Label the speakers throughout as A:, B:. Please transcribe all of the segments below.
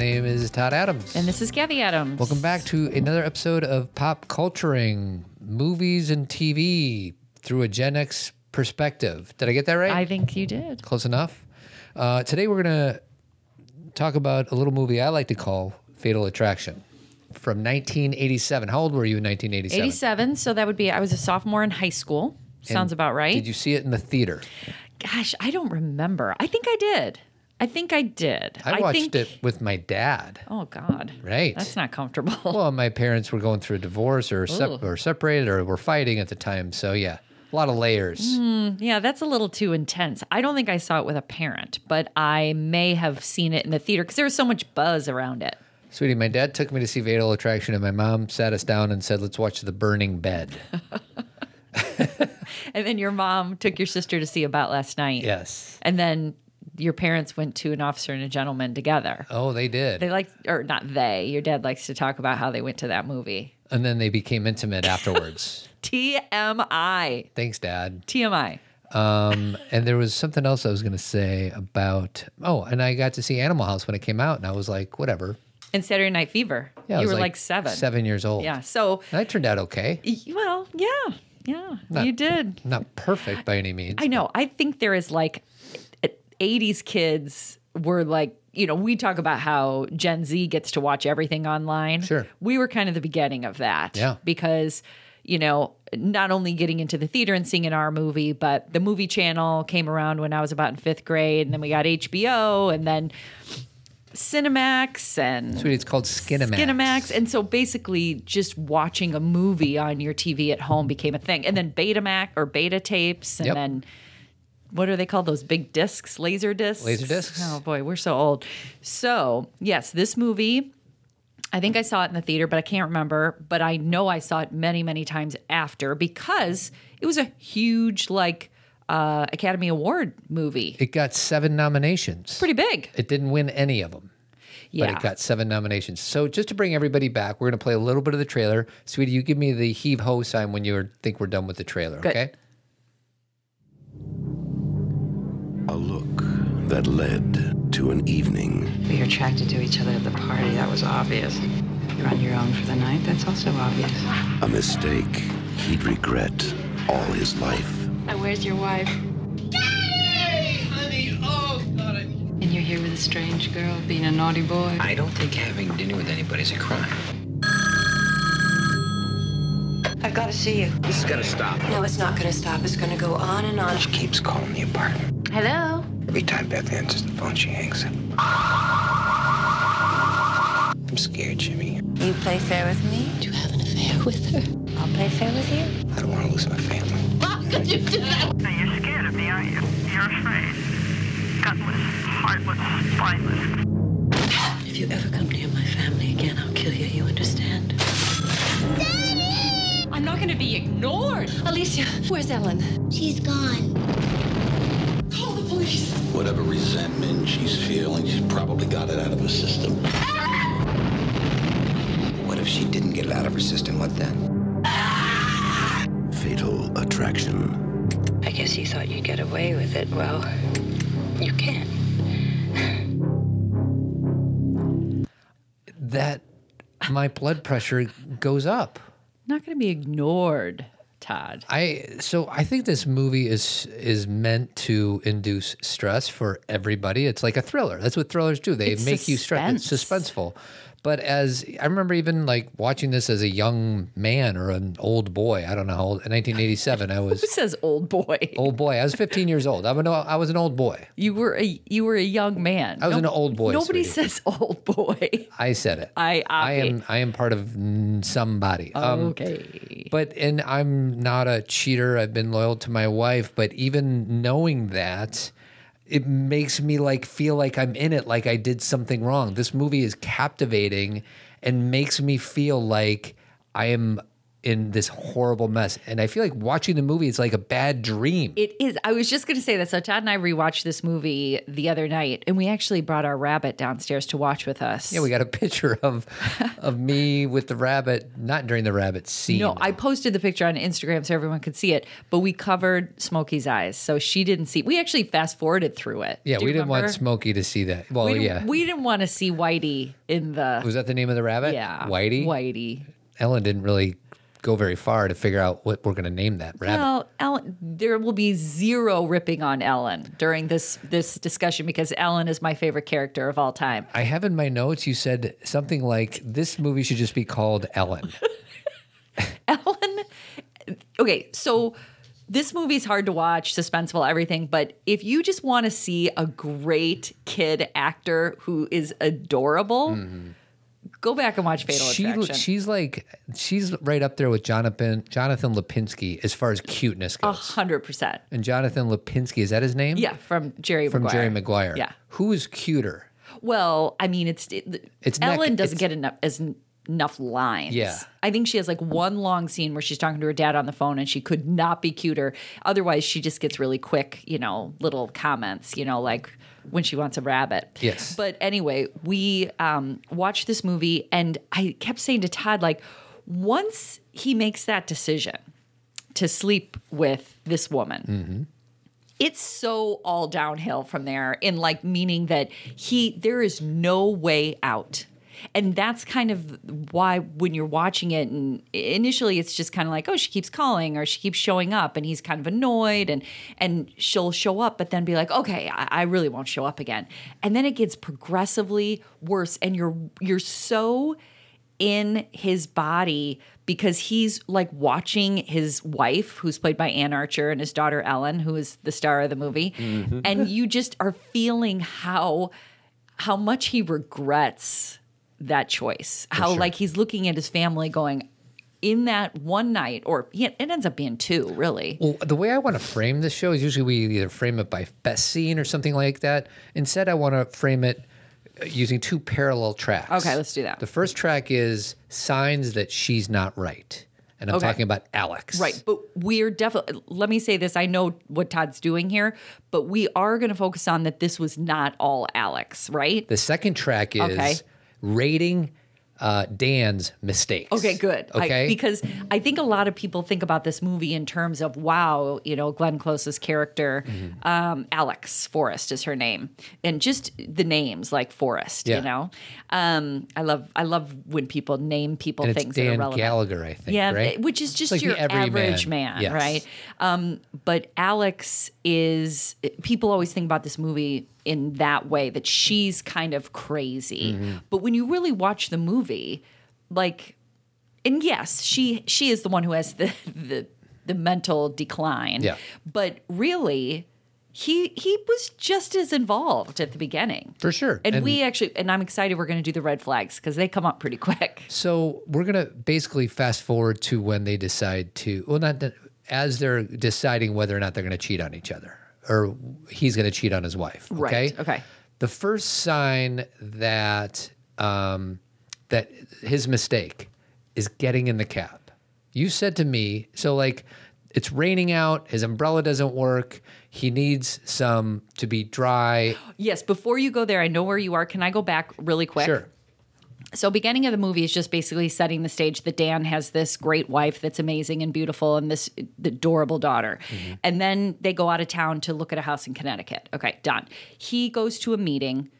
A: Todd Adams.
B: And this is Kathy Adams.
A: Welcome back to another episode of Pop Culturing Movies and TV through a Gen X perspective. Did I get that right?
B: I think you did.
A: Close enough. Uh, today we're going to talk about a little movie I like to call Fatal Attraction from 1987. How old were you in 1987?
B: 87. So that would be, I was a sophomore in high school. Sounds about right.
A: Did you see it in the theater?
B: Gosh, I don't remember. I think I did. I think I did.
A: I watched
B: think,
A: it with my dad.
B: Oh, God.
A: Right.
B: That's not comfortable.
A: Well, my parents were going through a divorce or, sep-
B: Ooh.
A: or separated or were fighting at the time. So, yeah, a lot of layers.
B: Yeah, that's a little too intense. I don't think I saw it with a parent, but I may have seen it in the theater because there was so much buzz around it.
A: Sweetie, my dad took me to see Fatal Attraction, and my mom sat us down and said, Let's watch The Burning Bed.
B: And then your mom took your sister to see About Last Night.
A: yes.
B: And then your parents went to an officer and a gentleman together.
A: Oh, they did.
B: They like, or not they, your dad likes to talk about how they went to that movie.
A: and then they became intimate afterwards.
B: TMI.
A: Thanks, Dad.
B: TMI.
A: Um, and there was something else I was going to say about, oh, and I got to see Animal House when it came out, and I was like, whatever.
B: And Saturday Night Fever.
A: Yeah, I
B: you
A: was
B: were like, seven.
A: Seven years old.
B: Yeah. So,
A: And I turned out okay.
B: y- well, yeah. Yeah.
A: Not-
B: you did.
A: Not perfect by any means.
B: I know. I think there is like 80s kids were like, you know, we talk about how Gen Z gets to watch everything online.
A: Sure.
B: We were kind of the beginning of that.
A: Yeah.
B: Because, you know, not only getting into the theater and seeing an R movie, but the movie channel came around when I was about in fifth grade. And then we got HBO and then Cinemax and
A: Sweetie, it's called Skinamax.
B: Skinamax. And so basically, just watching a movie on your TV at home became a thing. And then Betamax or beta tapes. And
A: Yep.
B: then what are they called? Those big discs, laser discs?
A: Laser discs.
B: Oh boy, we're so old. So, yes, this movie. I think I saw it in the theater, but I can't remember. But I know I saw it many, many times after because it was a huge, like, uh, Academy Award movie.
A: It got seven nominations.
B: Pretty big.
A: It didn't win any of them.
B: Yeah.
A: But it got seven nominations. So just to bring everybody back, we're going to play a little bit of the trailer. Sweetie, you give me the heave ho sign when you are- think we're done with the trailer,
B: Good.
A: okay?
C: A look that led to an evening
D: We were attracted to each other at the party. That was obvious. You're on your own for the night. That's also obvious.
C: a mistake he'd regret all his life.
E: Now, where's your wife?
D: And you're here with a strange girl being a naughty boy.
F: I don't think having dinner with anybody is a crime.
G: I've got to see you.
F: This is gonna stop.
G: No, it's not going to stop. It's going to go on and on.
F: She keeps calling the apartment. Hello? Every time Beth answers the phone, she hangs up. I'm scared, Jimmy.
G: You play fair with me. Do you have an affair with her? I'll play fair with you.
F: I don't want to lose my family.
H: Now, You're scared of me, aren't you? You're afraid. Gutless, heartless, spineless.
G: If you ever come near my family again, I'll kill you. You understand?
E: I'm not gonna be ignored.
G: Alicia, where's Ellen?
I: She's gone.
E: Call the police.
J: Whatever resentment she's feeling, she's probably got it out of her system.
F: What if she didn't get it out of her system? What then?
C: Fatal attraction.
D: I guess you thought you'd get away with it. Well, you can't.
A: That my blood pressure goes up.
B: Not going to be ignored, Todd.
A: I so I think this movie is is meant to induce stress for everybody. It's like a thriller. That's what thrillers do. They
B: It's
A: make you stressed. It's
B: suspense.
A: suspenseful. But as I remember, even like watching this as a young man or an old boy. I don't know how old. In 1987, I was
B: Who says old boy?
A: old boy. I was 15 years old. I'm an, o- I was an old boy.
B: You were a you were a young man.
A: I was an old boy,
B: Nobody
A: sweetie.
B: says old boy.
A: I said it.
B: I- Oh,
A: I am
B: okay.
A: I am part of mm, somebody. Um,
B: okay.
A: But and I'm not a cheater. I've been loyal to my wife, but even knowing that it makes me like feel like I'm in it like I did something wrong. This movie is captivating and makes me feel like I am in this horrible mess. And I feel like watching the movie is like a bad dream.
B: It is. I was just going to say that. So Todd and I rewatched this movie the other night, and we actually brought our rabbit downstairs to watch with us.
A: yeah, we got a picture of of me with the rabbit, not during the rabbit scene.
B: No, I posted the picture on Instagram so everyone could see it, but we covered Smokey's eyes, so she didn't see. We actually fast forwarded through it.
A: yeah,
B: Do
A: we
B: you
A: didn't want
B: remember?
A: Smokey to see that. Well,
B: We didn't,
A: yeah.
B: we didn't want to see Whitey in the
A: was that the name of the rabbit?
B: yeah
A: Whitey?
B: Whitey.
A: Ellen didn't really go very far to figure out what we're going to name that rabbit.
B: Well, Ellen, there will be zero ripping on Ellen during this this discussion because Ellen is my favorite character of all time.
A: I have in my notes you said something like this movie should just be called Ellen.
B: Ellen. Okay, so this movie's hard to watch, suspenseful, everything, but if you just want to see a great kid actor who is adorable, go back and watch Fatal
A: Mm-hmm. she
B: Attraction.
A: she's like she's right up there with Jonathan Jonathan Lipinski as far as cuteness
B: A
A: goes.
B: hundred percent.
A: And Jonathan Lipinski is that his name?
B: Yeah, from Jerry
A: Mm-hmm. from
B: Maguire.
A: Jerry Maguire.
B: Yeah.
A: Who is cuter?
B: Well, I mean, it's it,
A: It's neck-
B: Ellen doesn't
A: it's-
B: get enough as n- enough lines.
A: Yeah.
B: I think she has like one long scene where she's talking to her dad on the phone, and she could not be cuter. Otherwise, she just gets really quick, you know, little comments, you know, like when she wants a rabbit.
A: Yes.
B: But anyway, we um, watched this movie, and I kept saying to Todd, like, once he makes that decision to sleep with this woman it's so all downhill from there in like meaning that he there is no way out and that's kind of why when you're watching it and initially it's just kind of like oh she keeps calling or she keeps showing up and he's kind of annoyed and and she'll show up but then be like okay i, I really won't show up again and then it gets progressively worse and you're you're so in his body because he's like watching his wife, who's played by Ann Archer, and his daughter Ellen, who is the star of the movie,
A: Mm-hmm.
B: and you just are feeling how how much he regrets that choice. how like he's looking at his family, going in that one night, or he, it ends up being two, really.
A: Well, the way I want to frame this show is usually we either frame it by best scene or something like that. Instead, I want to frame it uh, using two parallel tracks.
B: Okay, let's do that.
A: The first track is signs that she's not right. And I'm
B: Okay.
A: talking about Alex.
B: Right. But we're definitely, let me say this. I know what Todd's doing here, but we are going to focus on that this was not all Alex, right?
A: The second track is
B: Okay.
A: rating uh, Dan's mistakes.
B: Okay, good. I-
A: Okay.
B: because I think a lot of people think about this movie in terms of wow, you know, Glenn Close's character,
A: Mm-hmm.
B: um, Alex Forrest is her name, and just the names like Forrest.
A: Yeah.
B: You know, um, I love I love when people name people
A: and it's
B: things that are
A: Dan
B: relevant.
A: Gallagher, I think.
B: Yeah,
A: right?
B: which is just
A: like the
B: your
A: everyman.
B: average man,
A: Yes.
B: right? Um, but Alex is. People always think about this movie in that way that she's kind of crazy,
A: Mm-hmm.
B: but when you really watch the movie, like, and yes, she she is the one who has the the the mental decline.
A: Yeah.
B: but really. He he was just as involved at the beginning.
A: For sure.
B: And,
A: And-
B: we actually and I'm excited we're gonna do the red flags because they come up pretty quick.
A: So we're gonna basically fast forward to when they decide to. Well, not that, as they're deciding whether or not they're gonna cheat on each other, or he's gonna cheat on his wife. Okay?
B: Right, okay.
A: The first sign that um, that his mistake is getting in the cab. You said to me, so like it's raining out, his umbrella doesn't work, he needs some to be dry.
B: Yes, before you go there, I know where you are. Can I go back really quick?
A: Sure.
B: So beginning of the movie is just basically setting the stage that Dan has this great wife that's amazing and beautiful and this adorable daughter.
A: Mm-hmm.
B: And then they go out of town to look at a house in Connecticut. Okay, done. He goes to a meeting.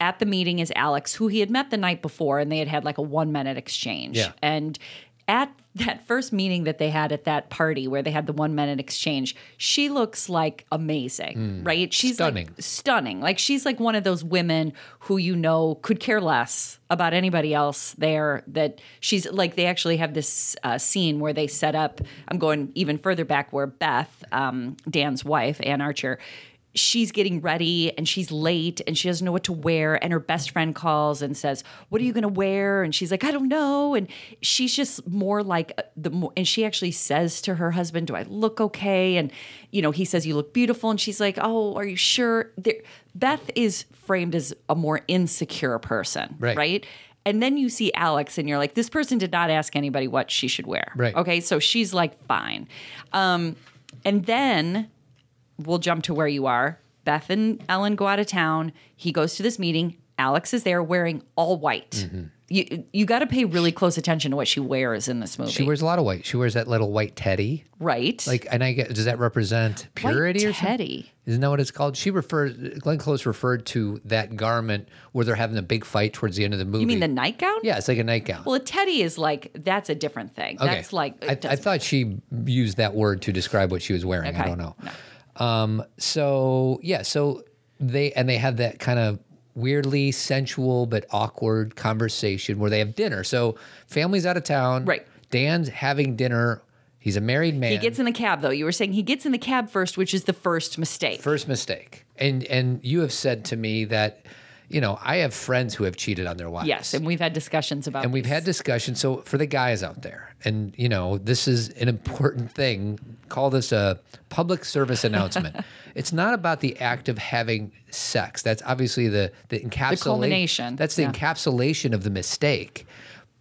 B: At the meeting is Alex, who he had met the night before, and they had had like a one minute exchange.
A: Yeah.
B: And at that first meeting that they had at that party where they had the one minute exchange, she looks like amazing,
A: Mm.
B: right? She's like,
A: Stunning.
B: stunning. Like she's like one of those women who you know could care less about anybody else there. That she's like they actually have this uh, scene where they set up. I'm going even further back where Beth, um, Dan's wife, Ann Archer. She's getting ready and she's late and she doesn't know what to wear. And her best friend calls and says, What are you going to wear? And she's like, I don't know. And she's just more like uh, the more, and she actually says to her husband, Do I look okay? And, you know, he says, You look beautiful. And she's like, Oh, are you sure? There, Beth is framed as a more insecure person,
A: Right.
B: right? And then you see Alex and you're like, this person did not ask anybody what she should wear.
A: Right.
B: Okay. So she's like, fine. Um, and then we'll jump to where you are. Beth and Ellen go out of town. He goes to this meeting. Alex is there wearing all white.
A: Mm-hmm.
B: You you got to pay really close attention to what she wears in this movie.
A: She wears a lot of white. She wears that little white teddy.
B: right,
A: Like, and I get, does that represent purity or
B: white
A: something?
B: teddy.
A: Isn't that what it's called? She referred, Glenn Close referred to that garment where they're having the big fight towards the end of the movie.
B: You mean the nightgown?
A: Yeah, it's like a nightgown.
B: Well, a teddy is like that's a different thing.
A: okay.
B: That's like
A: I, I thought she used that word to describe what she was wearing. I
B: Okay.
A: don't know. Um, so yeah, so they and they have that kind of weirdly sensual but awkward conversation where they have dinner. So family's out of town.
B: Right.
A: Dan's having dinner. He's a married man.
B: he gets in the cab though. You were saying he gets in the cab first, which is the first mistake.
A: First mistake. And and you have said to me that, you know, I have friends who have cheated on their wives.
B: yes, and we've had discussions about
A: and we've had discussions. So for the guys out there, and you know, this is an important thing. Call this a public service announcement. it's not about the act of having sex. That's obviously the the encapsulation.
B: culmination,
A: That's the
B: yeah.
A: encapsulation of the mistake.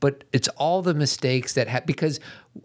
A: But it's all the mistakes that have because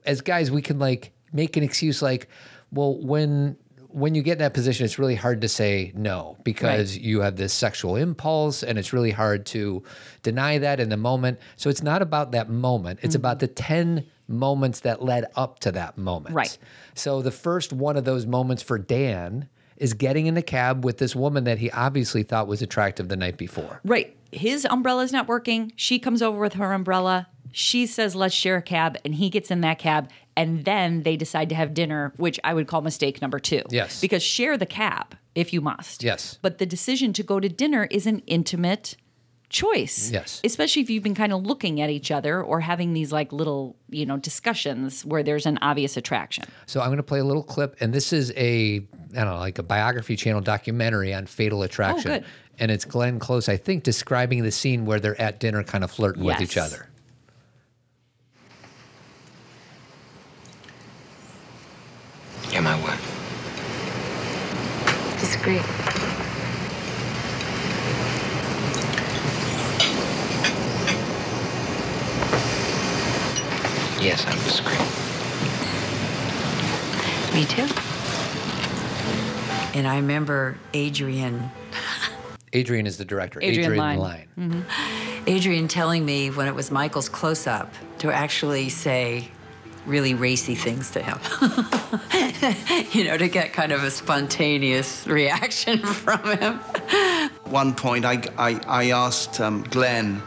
A: as guys we can like make an excuse like, well, when when you get in that position, it's really hard to say no because you have this sexual impulse and it's really hard to deny that in the moment. So it's not about that moment. It's about the 10 moments that led up to that moment.
B: Right.
A: So the first one of those moments for Dan is getting in the cab with this woman that he obviously thought was attractive the night before.
B: Right. His umbrella's not working. She comes over with her umbrella. She says, let's share a cab. And he gets in that cab. And then they decide to have dinner, which I would call mistake number two.
A: Yes.
B: Because share the cab if you must.
A: Yes.
B: But the decision to go to dinner is an intimate choice.
A: Yes.
B: Especially if you've been kind of looking at each other or having these like little, you know, discussions where there's an obvious attraction.
A: So I'm going to play a little clip, and this is a I don't know, like a biography channel documentary on Fatal Attraction,
B: Oh, good.
A: and it's Glenn Close, I think, describing the scene where they're at dinner, kind of flirting with each
B: Yes.
A: other.
F: Am I what?
G: Discreet.
F: Yes, I'm discreet.
G: Me too.
I: And I remember Adrian,
A: Adrian is the director.
B: Adrian Lyne. Mm-hmm.
I: Adrian telling me when it was Michael's close up to actually say really racy things to him. you know, to get kind of a spontaneous reaction from him.
K: one point, I, I, I asked um, Glenn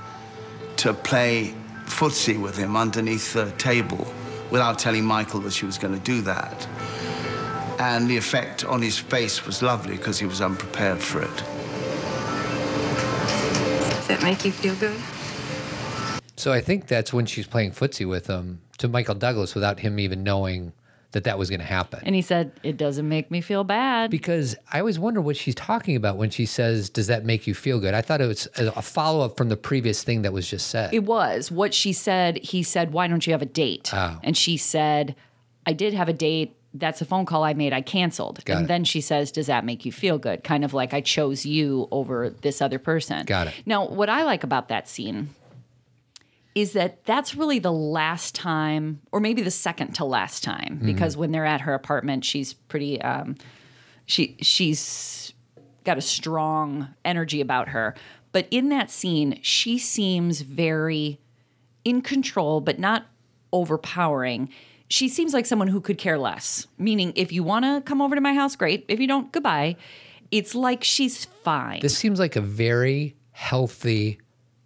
K: to play footsie with him underneath the table without telling Michael that she was going to do that. And the effect on his face was lovely because he was unprepared for it.
D: Does that make you feel good?
A: So I think that's when she's playing footsie with him to Michael Douglas without him even knowing that that was going to happen.
B: And he said, it doesn't make me feel bad.
A: because I always wonder what she's talking about when she says, "Does that make you feel good?" I thought it was a a follow-up from the previous thing that was just said.
B: It was what she said. He said, "Why don't you have a date?"
A: Oh.
B: And she said, "I did have a date. That's a phone call I made. I canceled."
A: Got
B: and
A: it.
B: then she says, "Does that make you feel good?" Kind of like I chose you over this other person.
A: Got it.
B: Now, what I like about that scene is that that's really the last time, or maybe the second to last time,
A: Mm-hmm.
B: because when they're at her apartment, she's pretty. Um, she she's got a strong energy about her. But in that scene, she seems very in control, but not overpowering. She seems like someone who could care less, meaning if you want to come over to my house, great. If you don't, goodbye. It's like she's fine.
A: this seems like a very healthy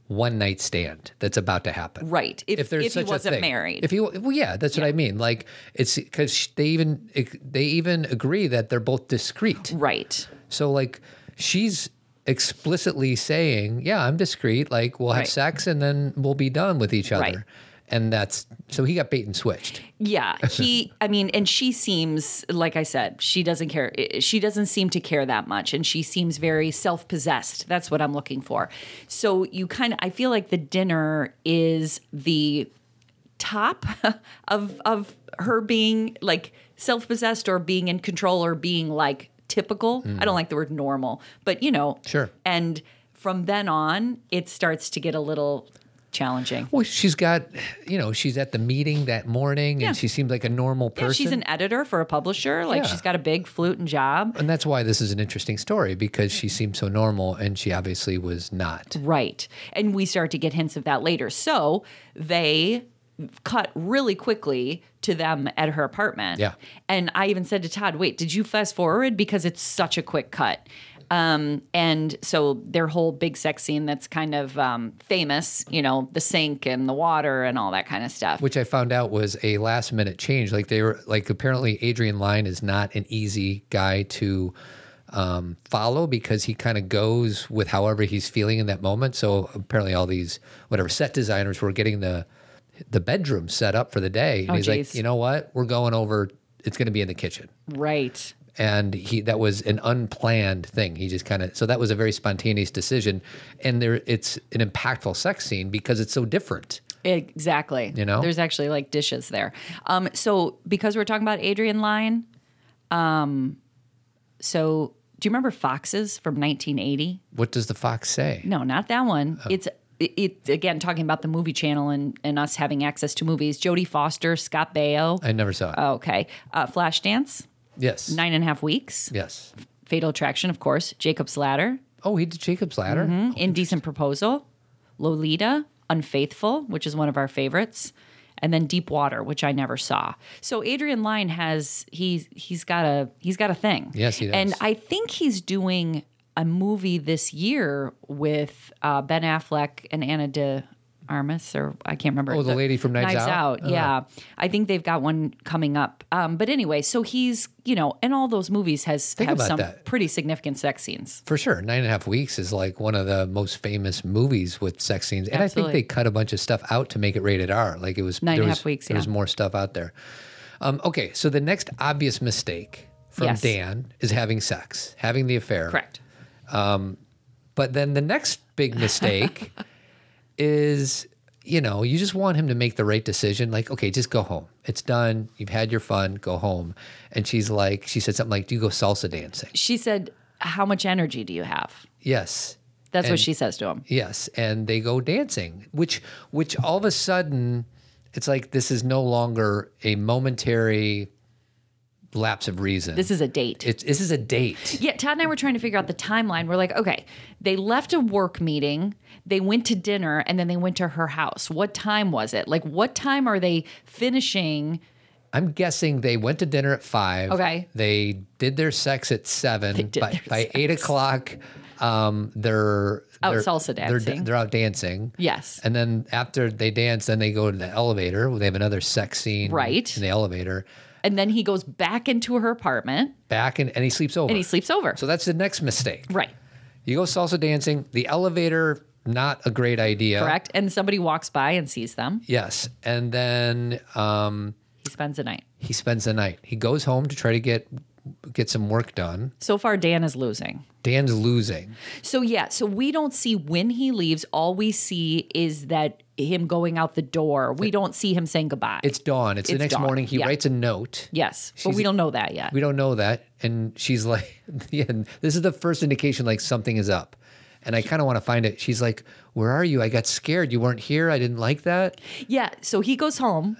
A: one-night stand that's about to happen.
B: right. If,
A: if there's
B: if
A: such
B: he wasn't
A: a thing.
B: married.
A: If he, well, yeah, that's what I mean. Like it's because they even they even agree that they're both discreet.
B: right.
A: So like she's explicitly saying, "Yeah, I'm discreet. Like we'll have
B: Right.
A: sex and then we'll be done with each other."
B: Right.
A: And that's so he got bait and switched.
B: Yeah, he. I mean, and she seems like I said, she doesn't care. eh, She doesn't seem to care that much, and she seems very self-possessed. That's what I'm looking for. So you kind of, I feel like the dinner is the top of of her being like self-possessed or being in control or being like typical. I don't like the word normal, but you know,
A: Sure.
B: And from then on, it starts to get a little challenging.
A: Well, she's got, you know, she's at the meeting that morning,
B: Yeah.
A: and she seems like a normal person.
B: Yeah, she's an editor for a publisher. Like
A: Yeah.
B: she's got a big fluting job.
A: and that's why this is an interesting story because she seemed so normal, and she obviously was not.
B: Right. And we start to get hints of that later. So they cut really quickly to them at her apartment.
A: Yeah.
B: And I even said to Todd, wait, did you fast forward? Because it's such a quick cut. Um, and so their whole big sex scene that's kind of um, famous, you know, the sink and the water and all that kind of stuff.
A: Which I found out was a last minute change. Like they were like apparently Adrian Lyne is not an easy guy to um, follow because he kind of goes with however he's feeling in that moment. So apparently all these whatever set designers were getting the the bedroom set up for the day. And
B: Oh,
A: he's
B: geez.
A: like, you know what? We're going over it's gonna be in the kitchen.
B: Right.
A: and he that was an unplanned thing he just kind of so that was a very spontaneous decision and there it's an impactful sex scene because it's so different
B: Exactly.
A: You know?
B: there's actually like dishes there. Um, so because we're talking about Adrian Lyne, um, so do you remember Foxes from 1980?
A: what does the fox say
B: No, not that one.
A: Oh.
B: It's it, it again talking about the movie channel and and us having access to movies. Jodie Foster, Scott Baio.
A: i never saw it
B: okay, uh, Flashdance.
A: Yes.
B: Nine and a half weeks.
A: yes
B: Fatal Attraction, of course. Jacob's Ladder.
A: Oh, he did Jacob's Ladder?
B: Mm-hmm. Indecent Proposal. Lolita. Unfaithful, which is one of our favorites. And then Deep Water, which I never saw. So Adrian Lyne has he's he's got a he's got a thing.
A: Yes, he does.
B: And I think he's doing a movie this year with uh, Ben Affleck and Anna de Armas, or I can't remember.
A: Oh, the lady from Knives Out? Oh.
B: Yeah, I think they've got one coming up. Um, but anyway, so he's you know, and all those movies has
A: Think
B: have
A: about
B: some
A: that.
B: pretty significant sex scenes.
A: for sure nine and a half weeks is like one of the most famous movies with sex scenes and i
B: Absolutely.
A: think they cut a bunch of stuff out to make it rated r like it was
B: Nine
A: there
B: and a
A: was-
B: half weeks,
A: there was
B: yeah.
A: more stuff out there um, okay so the next obvious mistake from
B: Yes.
A: dan is having sex having the affair
B: Correct.
A: Um, but then the next big mistake is, you know, you just want him to make the right decision. Like, okay, just go home. It's done. You've had your fun. Go home. And she's like, she said something like, "Do you go salsa dancing?"
B: She said, "How much energy do you have?"
A: Yes.
B: That's what
A: And-
B: she says to him.
A: Yes, and they go dancing, which which all of a sudden, it's like this is no longer a momentary lapse of reason.
B: This is a date.
A: It's this is a date.
B: Yeah, Todd and I were trying to figure out the timeline. We're like, okay, they left a work meeting, they went to dinner, and then they went to her house. What time was it? Like, what time are they finishing?
A: I'm guessing they went to dinner at five.
B: Okay.
A: They did their sex at seven.
B: did
A: by
B: their
A: by eight o'clock, um, they're
B: Out
A: they're-
B: salsa
A: they're-
B: dancing.
A: They're, out dancing.
B: Yes.
A: And then after they dance, then they go to the elevator. They have another sex scene.
B: Right.
A: In the elevator,
B: And then he goes back into her apartment
A: back and and he sleeps over.
B: and he sleeps over.
A: so that's the next mistake.
B: Right.
A: You go salsa dancing. The elevator, not a great idea.
B: Correct. And somebody walks by and sees them.
A: Yes. And then. Um,
B: He spends the night.
A: he spends the night. He goes home to try to get get some work done.
B: So far, Dan is losing.
A: Dan's losing.
B: So yeah, so we don't see when he leaves. All we see is that him going out the door. We don't see him saying goodbye.
A: It's dawn. It's, the
B: It's
A: next
B: dawn,
A: morning. He
B: yeah.
A: writes a note.
B: yes, but
A: She's-
B: we don't know that yet.
A: We don't know that. And she's like, yeah, and this is the first indication like something is up. And I kind of want to find it. She's like, Where are you? I got scared. You weren't here. I didn't like that.
B: Yeah. So he goes home.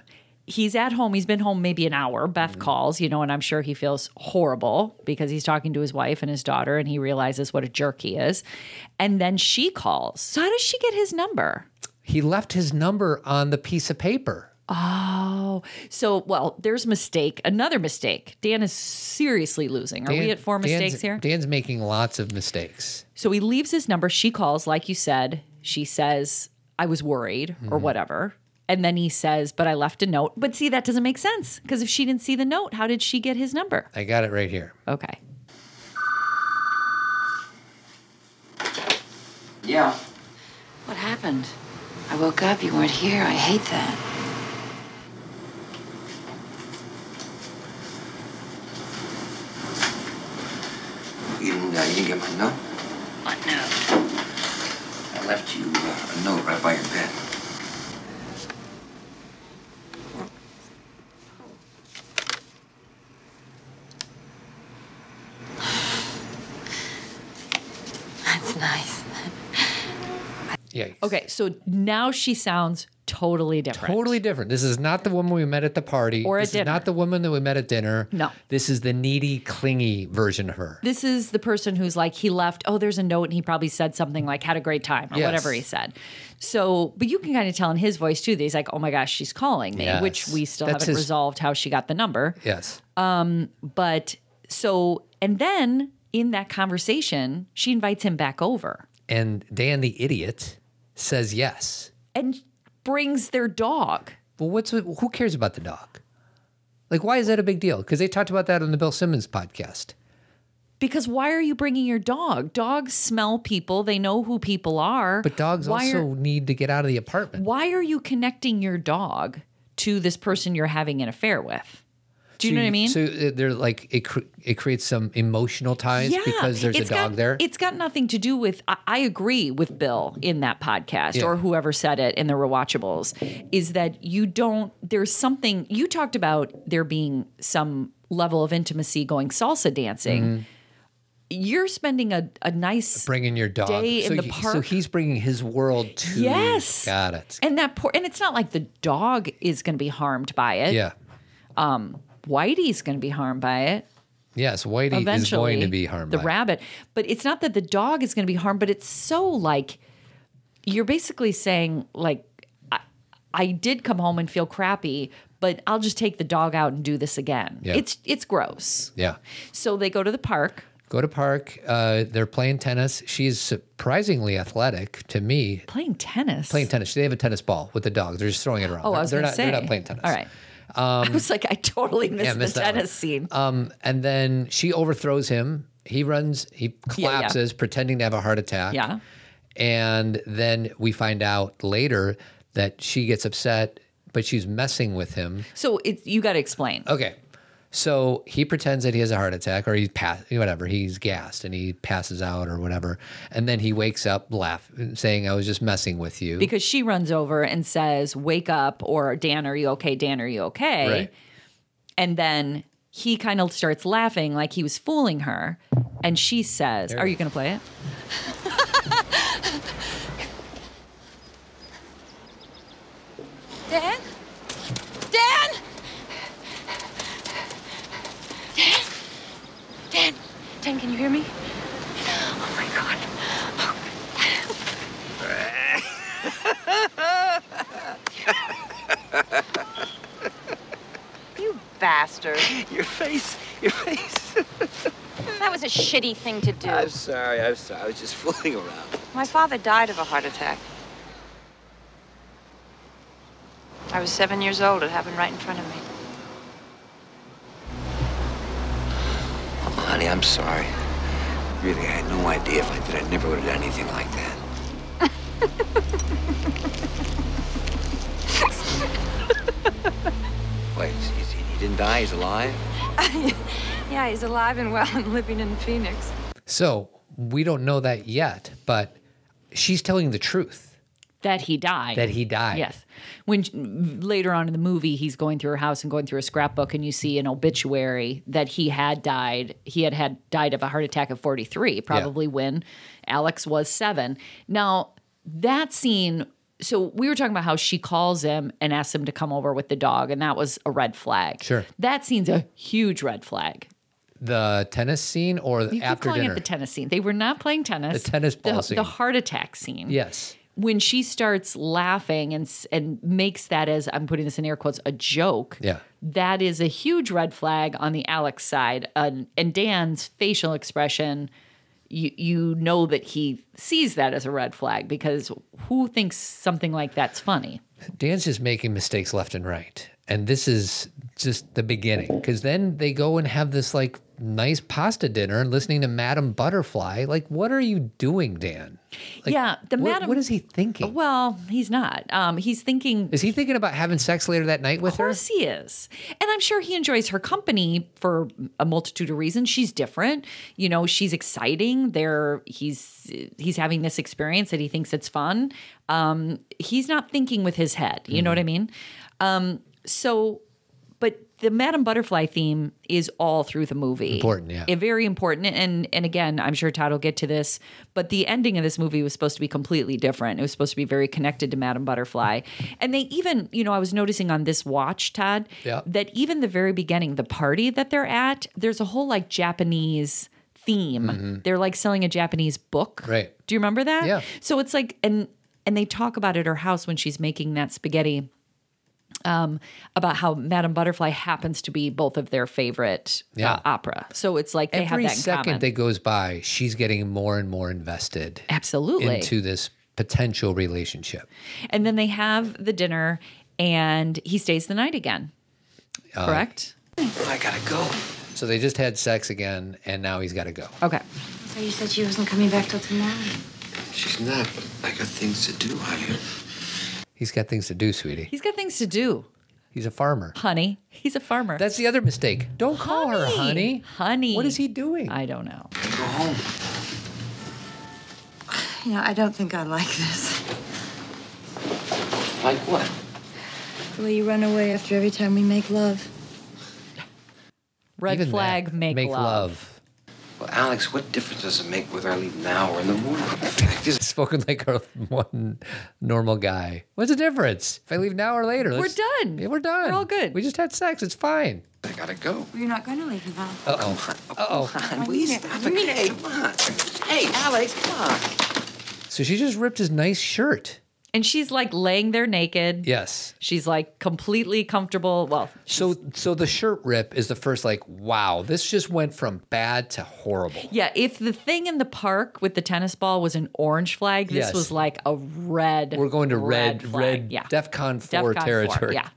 B: He's at home. He's been home maybe an hour. Beth
A: Mm-hmm.
B: calls, you know, and I'm sure he feels horrible because he's talking to his wife and his daughter and he realizes what a jerk he is. And then she calls. So, how does she get his number?
A: He left his number on the piece of paper.
B: Oh, so, well, there's mistake. Another mistake. Dan is seriously losing. Are we
A: Dan-
B: at four
A: Dan's-
B: mistakes here?
A: Dan's making lots of mistakes.
B: So he leaves his number. She calls, like you said. She says, I was worried
A: Mm-hmm.
B: or whatever. And then he says, but I left a note. But see, that doesn't make sense because if she didn't see the note, how did she get his number?
A: I got it right here.
B: Okay.
G: Yeah. What happened? I woke up, you weren't here. I hate that.
F: You didn't, uh, you didn't get my note? What note? I left you uh, a note right by your bed.
G: That's nice.
A: Yeah.
B: Okay, so now she sounds totally different.
A: Totally different. This is not the woman we met at the party.
B: Or at
A: this
B: dinner.
A: is not the woman that we met at dinner.
B: No.
A: This is the needy, clingy version of her.
B: This is the person who's like, he left. Oh, there's a note, and he probably said something like, had a great time, or
A: Yes.
B: whatever he said. So, but you can kind of tell in his voice too that he's like, oh my gosh, she's calling me, which
A: Yes.
B: we still
A: That's
B: haven't
A: his-
B: resolved how she got the number.
A: Yes.
B: Um, but so, and then in that conversation, she invites him back over
A: And Dan the idiot says yes.
B: and brings their dog.
A: Well, what's who cares about the dog? Like, why is that a big deal? Because they talked about that on the Bill Simmons podcast.
B: Because why are you bringing your dog? Dogs smell people. They know who people are.
A: But dogs
B: Why
A: also
B: are-
A: need to get out of the apartment.
B: why are you connecting your dog to this person you're having an affair with? Do you
A: So
B: know what I mean?
A: So uh, they're like it. Cr- it creates some emotional ties because there's a
B: it's
A: dog
B: got,
A: there.
B: It's got nothing to do with. I, I agree with Bill in that podcast
A: Yeah.
B: or whoever said it in the rewatchables. Is that you don't? There's something you talked about there being some level of intimacy going salsa dancing.
A: Mhm.
B: You're spending a, a nice
A: Bringing your dog.
B: day
A: so,
B: in the
A: he- so
B: park.
A: he's bringing his world to.
B: Yes.
A: Got it.
B: and that poor and it's not like the dog is going to be harmed by it.
A: Yeah.
B: Um, Whitey's going to be harmed by it.
A: Yes. Whitey is
B: eventually
A: going to be harmed.
B: the
A: by it.
B: rabbit but it's not that the dog is going to be harmed but it's so like you're basically saying like I, I did come home and feel crappy but i'll just take the dog out and do this again
A: Yeah.
B: it's it's gross
A: Yeah.
B: so they go to the park
A: Go to park. Uh, they're playing tennis. She's surprisingly athletic to me.
B: playing tennis
A: Playing tennis. They have a tennis ball with the dog. They're just throwing it around.
B: oh
A: they're,
B: i was
A: they're
B: gonna
A: not.
B: say
A: They're not playing tennis.
B: all right
A: Um,
B: i was like i totally missed
A: yeah,
B: the
A: missed that one.
B: tennis scene
A: Um, and then she overthrows him. He runs, he
B: Yeah, yeah.
A: collapses, pretending to have a heart attack.
B: Yeah.
A: And then we find out later that she gets upset, but she's messing with him.
B: so it, you got to explain
A: Okay. So he pretends that he has a heart attack or he's pass whatever, he's gassed and he passes out or whatever. And then he wakes up laughing, saying, I was just messing with you.
B: because she runs over and says, "Wake up!" or "Dan, are you okay? Dan, are you okay?"
A: Right.
B: And then he kind of starts laughing like he was fooling her, and she says,
A: There
B: "Are
A: it
B: you
A: is.
B: going to play it?"
E: Dan? Dan? Dan? Dan? Dan, can you hear me? Oh my god.
L: You bastard.
M: Your face, your face.
L: That was a shitty thing to do.
M: I'm sorry, I'm sorry. I was just fooling around.
L: My father died of a heart attack.
D: I was seven years old. It happened right in front of me.
F: Honey, I'm sorry. Really, I had no idea if I did. I never would have done anything like that. Wait, is he, he didn't die? He's alive?
D: yeah, he's alive and well and living in Phoenix.
A: So we don't know that yet, but she's telling the truth
B: That he died.
A: that he died.
B: Yes. When later on in the movie, he's going through her house and going through a scrapbook, and you see an obituary that he had died. He had had died of a heart attack at 43, probably when Alex was seven. Now, that scene. So we were talking about how she calls him and asks him to come over with the dog, and that was a red flag.
A: Sure.
B: That scene's a huge red flag.
A: The tennis scene or
B: You keep
A: after
B: calling
A: dinner?
B: it the tennis scene. They were not playing tennis.
A: The tennis ball
B: the,
A: scene.
B: The heart attack scene
A: yes.
B: when she starts laughing and s- and makes that as I'm putting this in air quotes a joke,
A: Yeah.
B: that is a huge red flag on the Alex side. And, and Dan's facial expression, you you know that he sees that as a red flag because who thinks something like that's funny?
A: Dan's just making mistakes left and right. And this is just the beginning. Cause then they go and have this like nice pasta dinner and listening to Madame Butterfly. Like, what are you doing, Dan? Like,
B: yeah, the
A: what-
B: madam.
A: What is he thinking?
B: Well, he's not. Um, he's thinking.
A: Is he thinking about having sex later that night with her?
B: Of course he is. And I'm sure he enjoys her company for a multitude of reasons. She's different. You know, she's exciting. There he's he's having this experience that he thinks it's fun.
A: Mm-hmm.
B: Um he's not thinking with his head. You know what I mean? Um so but the Madame Butterfly theme is all through the movie.
A: Important, yeah.
B: It- very important. And and again, I'm sure Todd will get to this, but the ending of this movie was supposed to be completely different. It was supposed to be very connected to Madame Butterfly. And they even, you know, I was noticing on this watch, Todd,
A: Yeah.
B: that even the very beginning, the party that they're at, there's a whole like Japanese theme.
A: Mhm.
B: They're like selling a Japanese book.
A: Right.
B: Do you remember that? Yeah. So it's like and and they talk about at her house when she's making that spaghetti um about how Madame Butterfly happens to be both of their favorite uh,
A: Yeah.
B: opera. So it's like they
A: Every
B: have that in
A: second
B: common.
A: that goes by, she's getting more and more invested
B: Absolutely.
A: into this potential relationship.
B: and then they have the dinner and he stays the night again.
A: Uh,
B: Correct?
M: I gotta go.
A: So they just had sex again, and now he's got to go.
B: Okay.
E: So you said she wasn't coming back till tomorrow.
F: She's not, but I got things to do, Javier.
A: He's got things to do, sweetie.
B: He's got things to do,
A: He's a farmer.
B: honey. He's a farmer.
A: That's the other mistake. Don't call her honey.
B: Honey.
A: What is he doing?
B: I don't know.
F: Go home.
E: You know, I don't think I like this.
F: Like what?
E: The way you run away after every time we make love.
B: Red
F: Even
B: flag,
F: that.
B: make,
F: Make
B: love.
F: Well, Alex, what difference does it make whether I leave now or in the morning?
A: Spoken like a one normal guy. What's the difference if I leave now or later?
E: We're
A: done. Yeah, we're done. We're all good. We just had sex. It's fine.
F: I gotta go.
E: Well, you're not going to leave now.
A: Uh oh. Uh oh.
E: Will you stop? A minute. Come on.
F: Hey, Alex, come on.
A: So she just ripped his nice shirt.
B: And she's like laying there naked.
A: Yes.
B: She's like completely comfortable. Well,
A: So so the shirt rip is the first like wow this just went from bad to horrible.
B: Yeah, if the thing in the park with the tennis ball was an orange flag, this
A: Yes.
B: was like a red.
A: We're going to red red,
B: flag. yeah.
A: DefCon four
B: DEFCON
A: territory.
B: Yeah.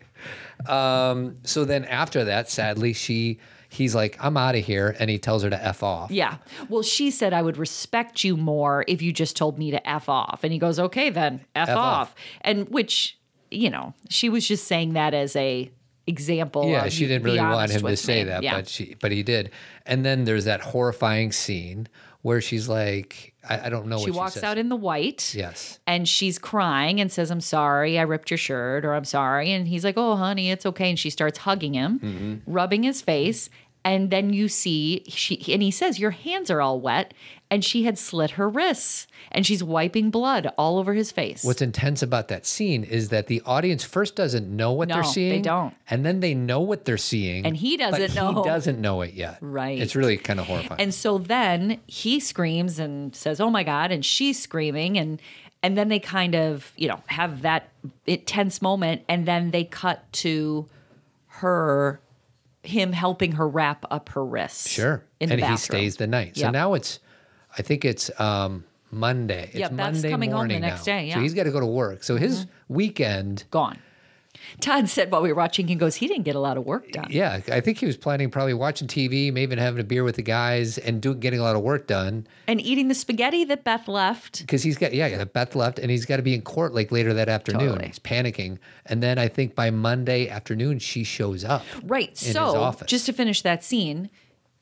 A: Um, so then after that, sadly, she he's like, I'm out of here, and he tells her to f off.
B: Yeah. Well, she said, I would respect you more if you just told me to F off. And he goes, okay, then F,
A: F
B: off.
A: off.
B: And which, you know, she was just saying that as a example.
A: yeah,
B: of
A: she
B: you
A: didn't
B: be
A: really want
B: honest
A: him to
B: with
A: say
B: me.
A: that,
B: Yeah.
A: but she but he did. And then there's that horrifying scene where she's like, I, I don't know.
B: she
A: what
B: walks
A: she says.
B: out in the white.
A: Yes.
B: and she's crying and says, I'm sorry, I ripped your shirt, or I'm sorry. And he's like, Oh, honey, it's okay. And she starts hugging him,
A: Mhm.
B: rubbing his face. And then you see, she, and he says, Your hands are all wet. And she had slit her wrists and she's wiping blood all over his face.
A: What's intense about that scene is that the audience first doesn't know what
B: No,
A: they're
B: they
A: seeing.
B: don't.
A: And then they know what they're seeing.
B: And he
A: but
B: doesn't know.
A: He doesn't know it yet.
B: Right.
A: It's really kind of horrifying.
B: And so then he screams and says, "Oh my god!" and she's screaming and and then they kind of you know have that it- tense moment and then they cut to her him helping her wrap up her wrists.
A: Sure.
B: in the
A: and he
B: bathroom.
A: stays the night. So
B: Yep.
A: now it's, I think it's um, Monday. It's
B: Yep, Beth's
A: Monday
B: coming home the
A: morning
B: next
A: now.
B: day, yeah. Mm-hmm.
A: So he's got to go to work. So his weekend
B: gone. Todd said while we were watching, he goes, "He didn't get a lot of work done."
A: Yeah, I think he was planning probably watching TV, maybe even having a beer with the guys, and doing getting a lot of work done
B: And eating the spaghetti that Beth left.
A: because he's got yeah, Beth left, and he's got to be in court like later that afternoon.
B: Totally.
A: He's panicking, and then I think by Monday afternoon she shows up.
B: Right.
A: in
B: so
A: his office.
B: just to finish that scene,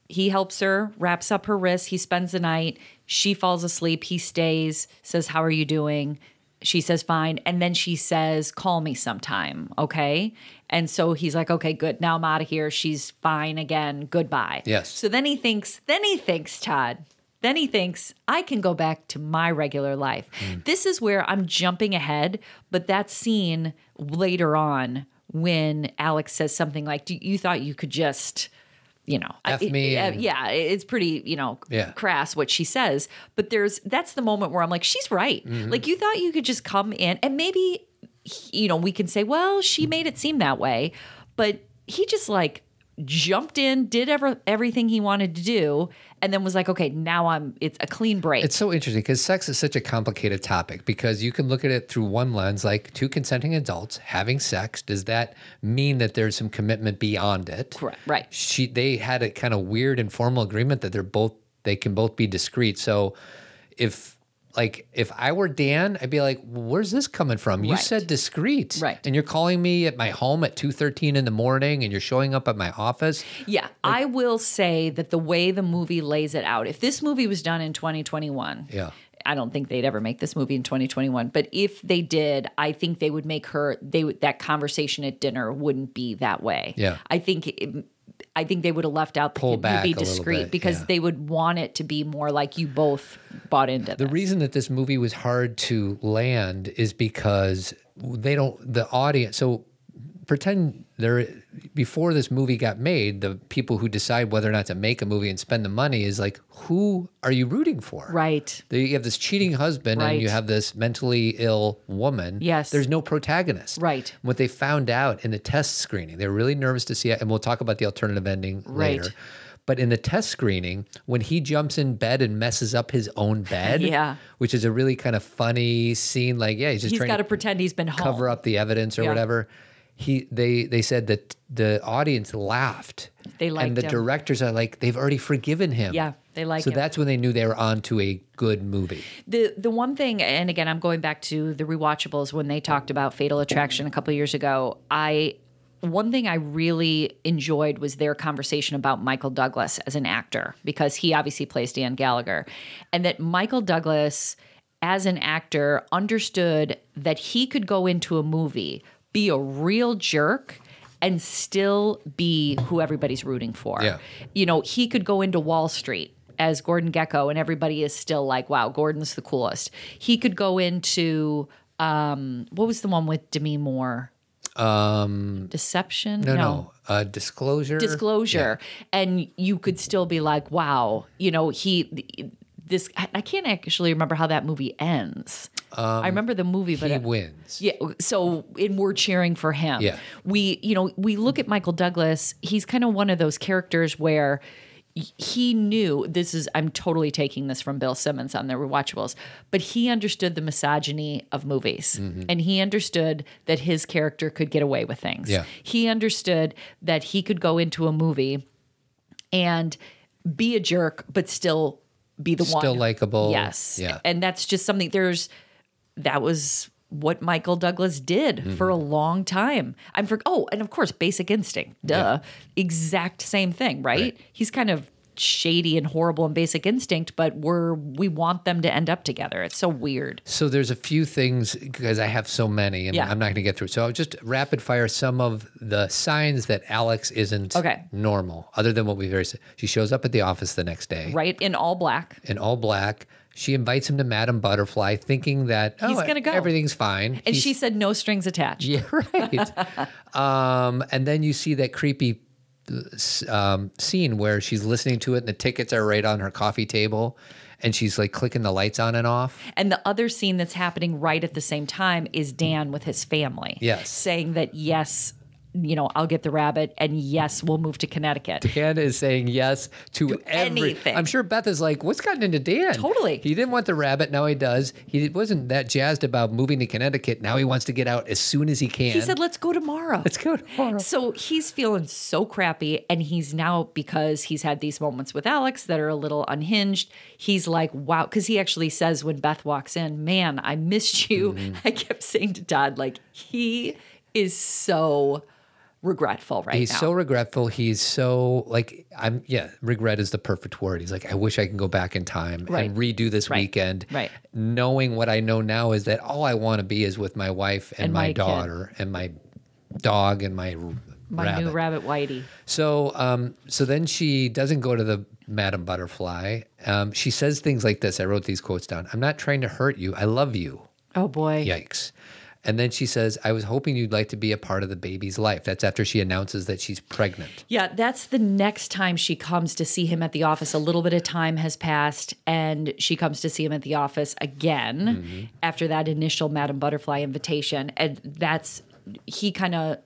B: he helps her, wraps up her wrists, he spends the night, she falls asleep, he stays, says, How are you doing? She says, Fine. And then she says, Call me sometime. Okay. And so he's like, Okay, good. Now I'm out of here. She's fine again. Goodbye.
A: Yes.
B: So then he thinks, then he thinks, Todd. Then he thinks, I can go back to my regular life. This is where I'm jumping ahead, but that scene later on when Alex says something like, Do you thought you could just, you know,
A: F
B: I-
A: me
B: uh,
A: and-
B: yeah, it- it's pretty, you know,
A: Yeah.
B: crass what she says. But there's that's the moment where I'm like, She's right.
A: Mhm.
B: Like, you thought you could just come in and maybe, he- you know, we can say, Well,
A: Mm-hmm.
B: she made it seem that way. But he just like, jumped in did ever everything he wanted to do and then was like okay now i'm it's a clean break
A: It's so interesting because sex is such a complicated topic because you can look at it through one lens, like two consenting adults having sex. Does that mean that there's some commitment beyond it? Correct.
B: Right.
A: She they had a kind of weird informal agreement that they're both they can both be discreet. So if like if I were Dan, I'd be like, "Where's this coming from? You
B: Right.
A: said discreet,
B: Right.
A: And you're calling me at my home at two thirteen in the morning, and you're showing up at my office.
B: Yeah, I will say that the way the movie lays it out, if this movie was done in 2021,
A: Yeah,
B: I don't think they'd ever make this movie in 2021, but if they did, I think they would make her they would that conversation at dinner wouldn't be that way.
A: Yeah.
B: I think it, I think they would have left out the
A: Pull
B: kid to
A: back
B: be
A: a little
B: discreet
A: bit,
B: because
A: yeah.
B: they would want it to be more like you both bought into
A: The reason that this movie was hard to land is because they don't the audience. So pretend there before this movie got made, the people who decide whether or not to make a movie and spend the money is like, who are you rooting for?
B: Right.
A: There You have this cheating husband and you
B: Right.
A: have this mentally ill woman.
B: Yes.
A: There's no protagonist.
B: Right.
A: What they found out in the test screening, they were really nervous to see it, and we'll talk about the alternative ending
B: Right.
A: later. But in the test screening, when he jumps in bed and messes up his own bed,
B: Yeah.
A: which is a really kind of funny scene. Like, yeah, he's just
B: He's
A: trying
B: got to
A: to
B: pretend he's been home.
A: cover up the evidence or
B: Yeah.
A: whatever. He they they said that the audience laughed.
B: They liked
A: and the
B: him.
A: directors are like they've already forgiven him.
B: Yeah, they like
A: So
B: him.
A: that's when they knew they were on to a good movie.
B: The the one thing, and again, I'm going back to the rewatchables when they talked about Fatal Attraction a couple years ago. I one thing I really enjoyed was their conversation about Michael Douglas as an actor because he obviously plays Dan Gallagher, and that Michael Douglas as an actor understood that he could go into a movie, be a real jerk, and still be who everybody's rooting for.
A: Yeah.
B: You know, he could go into Wall Street as Gordon Gecko, and everybody is still like, wow, Gordon's the coolest. He could go into um, what was the one with Demi Moore?
A: Um,
B: Deception?
A: no, no, Uh, disclosure.
B: Disclosure. And you could still be like, wow, you know, he, this, I I can't actually remember how that movie ends.
A: Um,
B: I remember the movie, but
A: he
B: it-
A: wins.
B: yeah. So, and we're cheering for him.
A: Yeah.
B: We, you know, we look at Michael Douglas. He's kind of one of those characters where y- he knew this is, I'm totally taking this from Bill Simmons on the rewatchables, but he understood the misogyny of movies
A: Mm-hmm.
N: Mhm.
B: and he understood that his character could get away with things.
N: Yeah.
B: He understood that he could go into a movie and be a jerk, but still be the one
A: Still likable.
B: Yes.
A: Yeah.
B: And that's just something there's that was what Michael Douglas did
A: Mm-hmm.
B: for a long time. I'm for oh, and of course basic instinct. Duh. Exact same thing, right? He's kind of shady and horrible in basic instinct, but we're we want them to end up together. It's so weird.
A: So there's a few things because I have so many, and
B: Yeah.
A: I'm not going to get through. So I'll just rapid fire some of the signs that Alex isn't
B: Okay.
A: normal, other than what we've already said. She shows up at the office the next day
B: Right? In all black.
A: in all black. She invites him to Madame Butterfly, thinking that
B: He's
A: oh,
B: gonna go.
A: Everything's fine.
B: And
A: He's-
B: she said no strings attached.
A: yeah, right. um, and then you see that creepy uh, s- um, scene where she's listening to it, and the tickets are right on her coffee table, and she's like clicking the lights on and off.
B: And the other scene that's happening right at the same time is Dan with his family.
A: Mm. Yes.
B: Saying that, yes, you know, I'll get the rabbit and yes, we'll move to Connecticut.
A: Dan is saying yes to, every-
B: anything.
A: I'm sure Beth is like, "What's gotten into Dan?"
B: Totally.
A: He didn't want the rabbit. Now he does. He wasn't that jazzed about moving to Connecticut. Now he wants to get out as soon as he can.
B: He said, let's go tomorrow. Let's
A: go tomorrow.
B: So he's feeling so crappy. And he's now, because he's had these moments with Alex that are a little unhinged, he's like, wow. Because he actually says when Beth walks in, man, I missed you.
A: Mm-hmm.
B: I kept saying to Todd, like, he is so regretful right
A: He's
B: now.
A: so regretful. He's so like I'm yeah, regret is the perfect word. He's like I wish I can go back in time
B: Right.
A: and redo this weekend.
B: Right.
A: Knowing what I know now is that all I want to be is with my wife and,
B: And
A: my,
B: my kid.
A: daughter and my dog and my, r-
B: My
A: rabbit.
B: new rabbit whitey.
A: So, um, so then she doesn't go to the Madam Butterfly. Um, she says things like this. I wrote these quotes down. I'm not trying to hurt you. I love you.
B: Oh boy.
A: Yikes. And then she says, I was hoping you'd like to be a part of the baby's life. That's after she announces that she's pregnant.
B: Yeah, that's the next time she comes to see him at the office. A little bit of time has passed, and she comes to see him at the office again
A: Mm-hmm.
B: after that initial Madam Butterfly invitation. And that's he kind of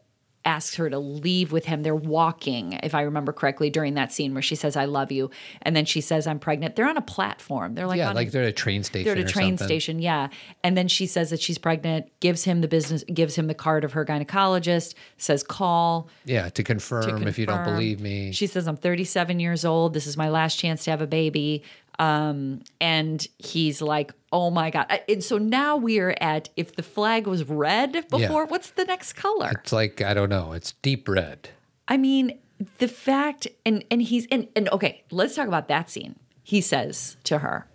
B: asks her to leave with him. They're walking, if I remember correctly, during that scene where she says, I love you. And then she says, I'm pregnant. They're on a platform. They're like,
A: yeah,
B: on
A: like
B: a,
A: they're at a train station.
B: they're at a
A: or
B: train
A: something.
B: station, yeah. And then she says that she's pregnant, gives him the business, gives him the card of her gynecologist, says call.
A: Yeah, to confirm,
B: to
A: if you don't
B: confirm.
A: believe me.
B: She says, I'm 37 years old. This is my last chance to have a baby. Um, and he's like, oh my God. I- And so now we're at if the flag was red before, what's the next color?
A: it's like, I don't know, it's deep red.
B: I mean, the fact and and he's and and okay, let's talk about that scene. He says to her,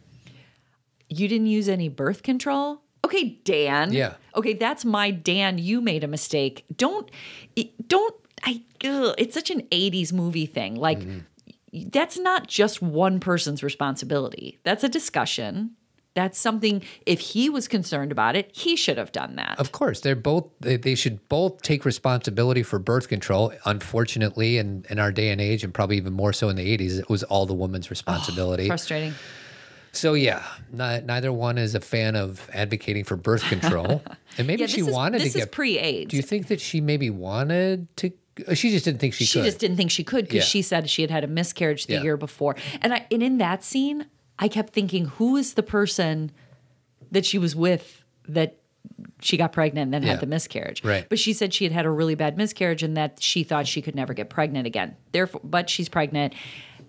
B: You didn't use any birth control? Okay, Dan.
A: Yeah.
B: Okay, that's my Dan. You made a mistake. Don't, it- don't, I, ugh, it's such an 80s movie thing. Like,
A: Mm-hmm.
B: that's not just one person's responsibility. That's a discussion. That's something, if he was concerned about it, he should have done that.
A: Of course, they're both. They, they should both take responsibility for birth control. Unfortunately, in in our day and age, and probably even more so in the '80s, it was all the
B: Oh,
A: woman's responsibility.
B: Frustrating.
A: so yeah, ni- neither one is a fan of advocating for birth control. and maybe
B: Yeah,
A: she
B: this is-
A: wanted
B: this
A: to
B: is
A: get
B: pre-AIDS.
A: Do you think that she maybe wanted to? She just didn't think she,
B: she
A: could.
B: just didn't think she could because
A: Yeah.
B: she said she had had a miscarriage the
A: Yeah.
B: year before. And I, and in that scene, I kept thinking, who is the person that she was with that she got pregnant and then
A: Yeah.
B: had the miscarriage?
A: Right.
B: But she said she had had a really bad miscarriage and that she thought she could never get pregnant again. Therefore, but she's pregnant.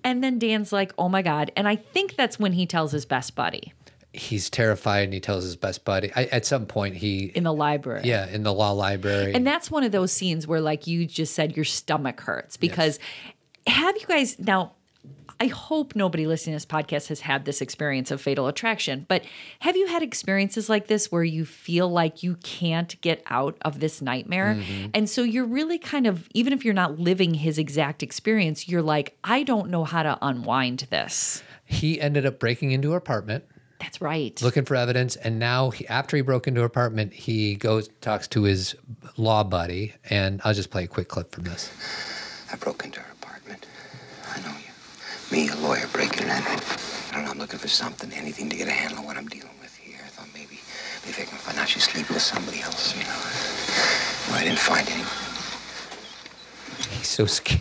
B: And then Dan's like, oh my God. And I think that's when he tells his best buddy
A: He's terrified, and he tells his best buddy. I, at some point, he
B: in the library.
A: yeah in the law library.
B: And that's one of those scenes where, like you just said, your stomach hurts because have you guys now? I hope nobody listening to this podcast has had this experience of fatal attraction, but have you had experiences like this where you feel like you can't get out of this nightmare?
A: Mm-hmm.
N: Mhm.
B: And so you're really kind of, even if you're not living his exact experience, you're like, I don't know how to unwind this.
A: he ended up breaking into her apartment.
B: That's right.
A: looking for evidence. And now, he, after he broke into her apartment, he goes talks to his law buddy. And I'll just play a quick clip from this.
F: I broke into her apartment. I know you. Me, a lawyer, breaking and entering. I don't know, I'm looking for something, anything to get a handle on what I'm dealing with here. I thought maybe, maybe I can find out she's sleeping with somebody else, you know. Well, I didn't find any.
A: He's so scared.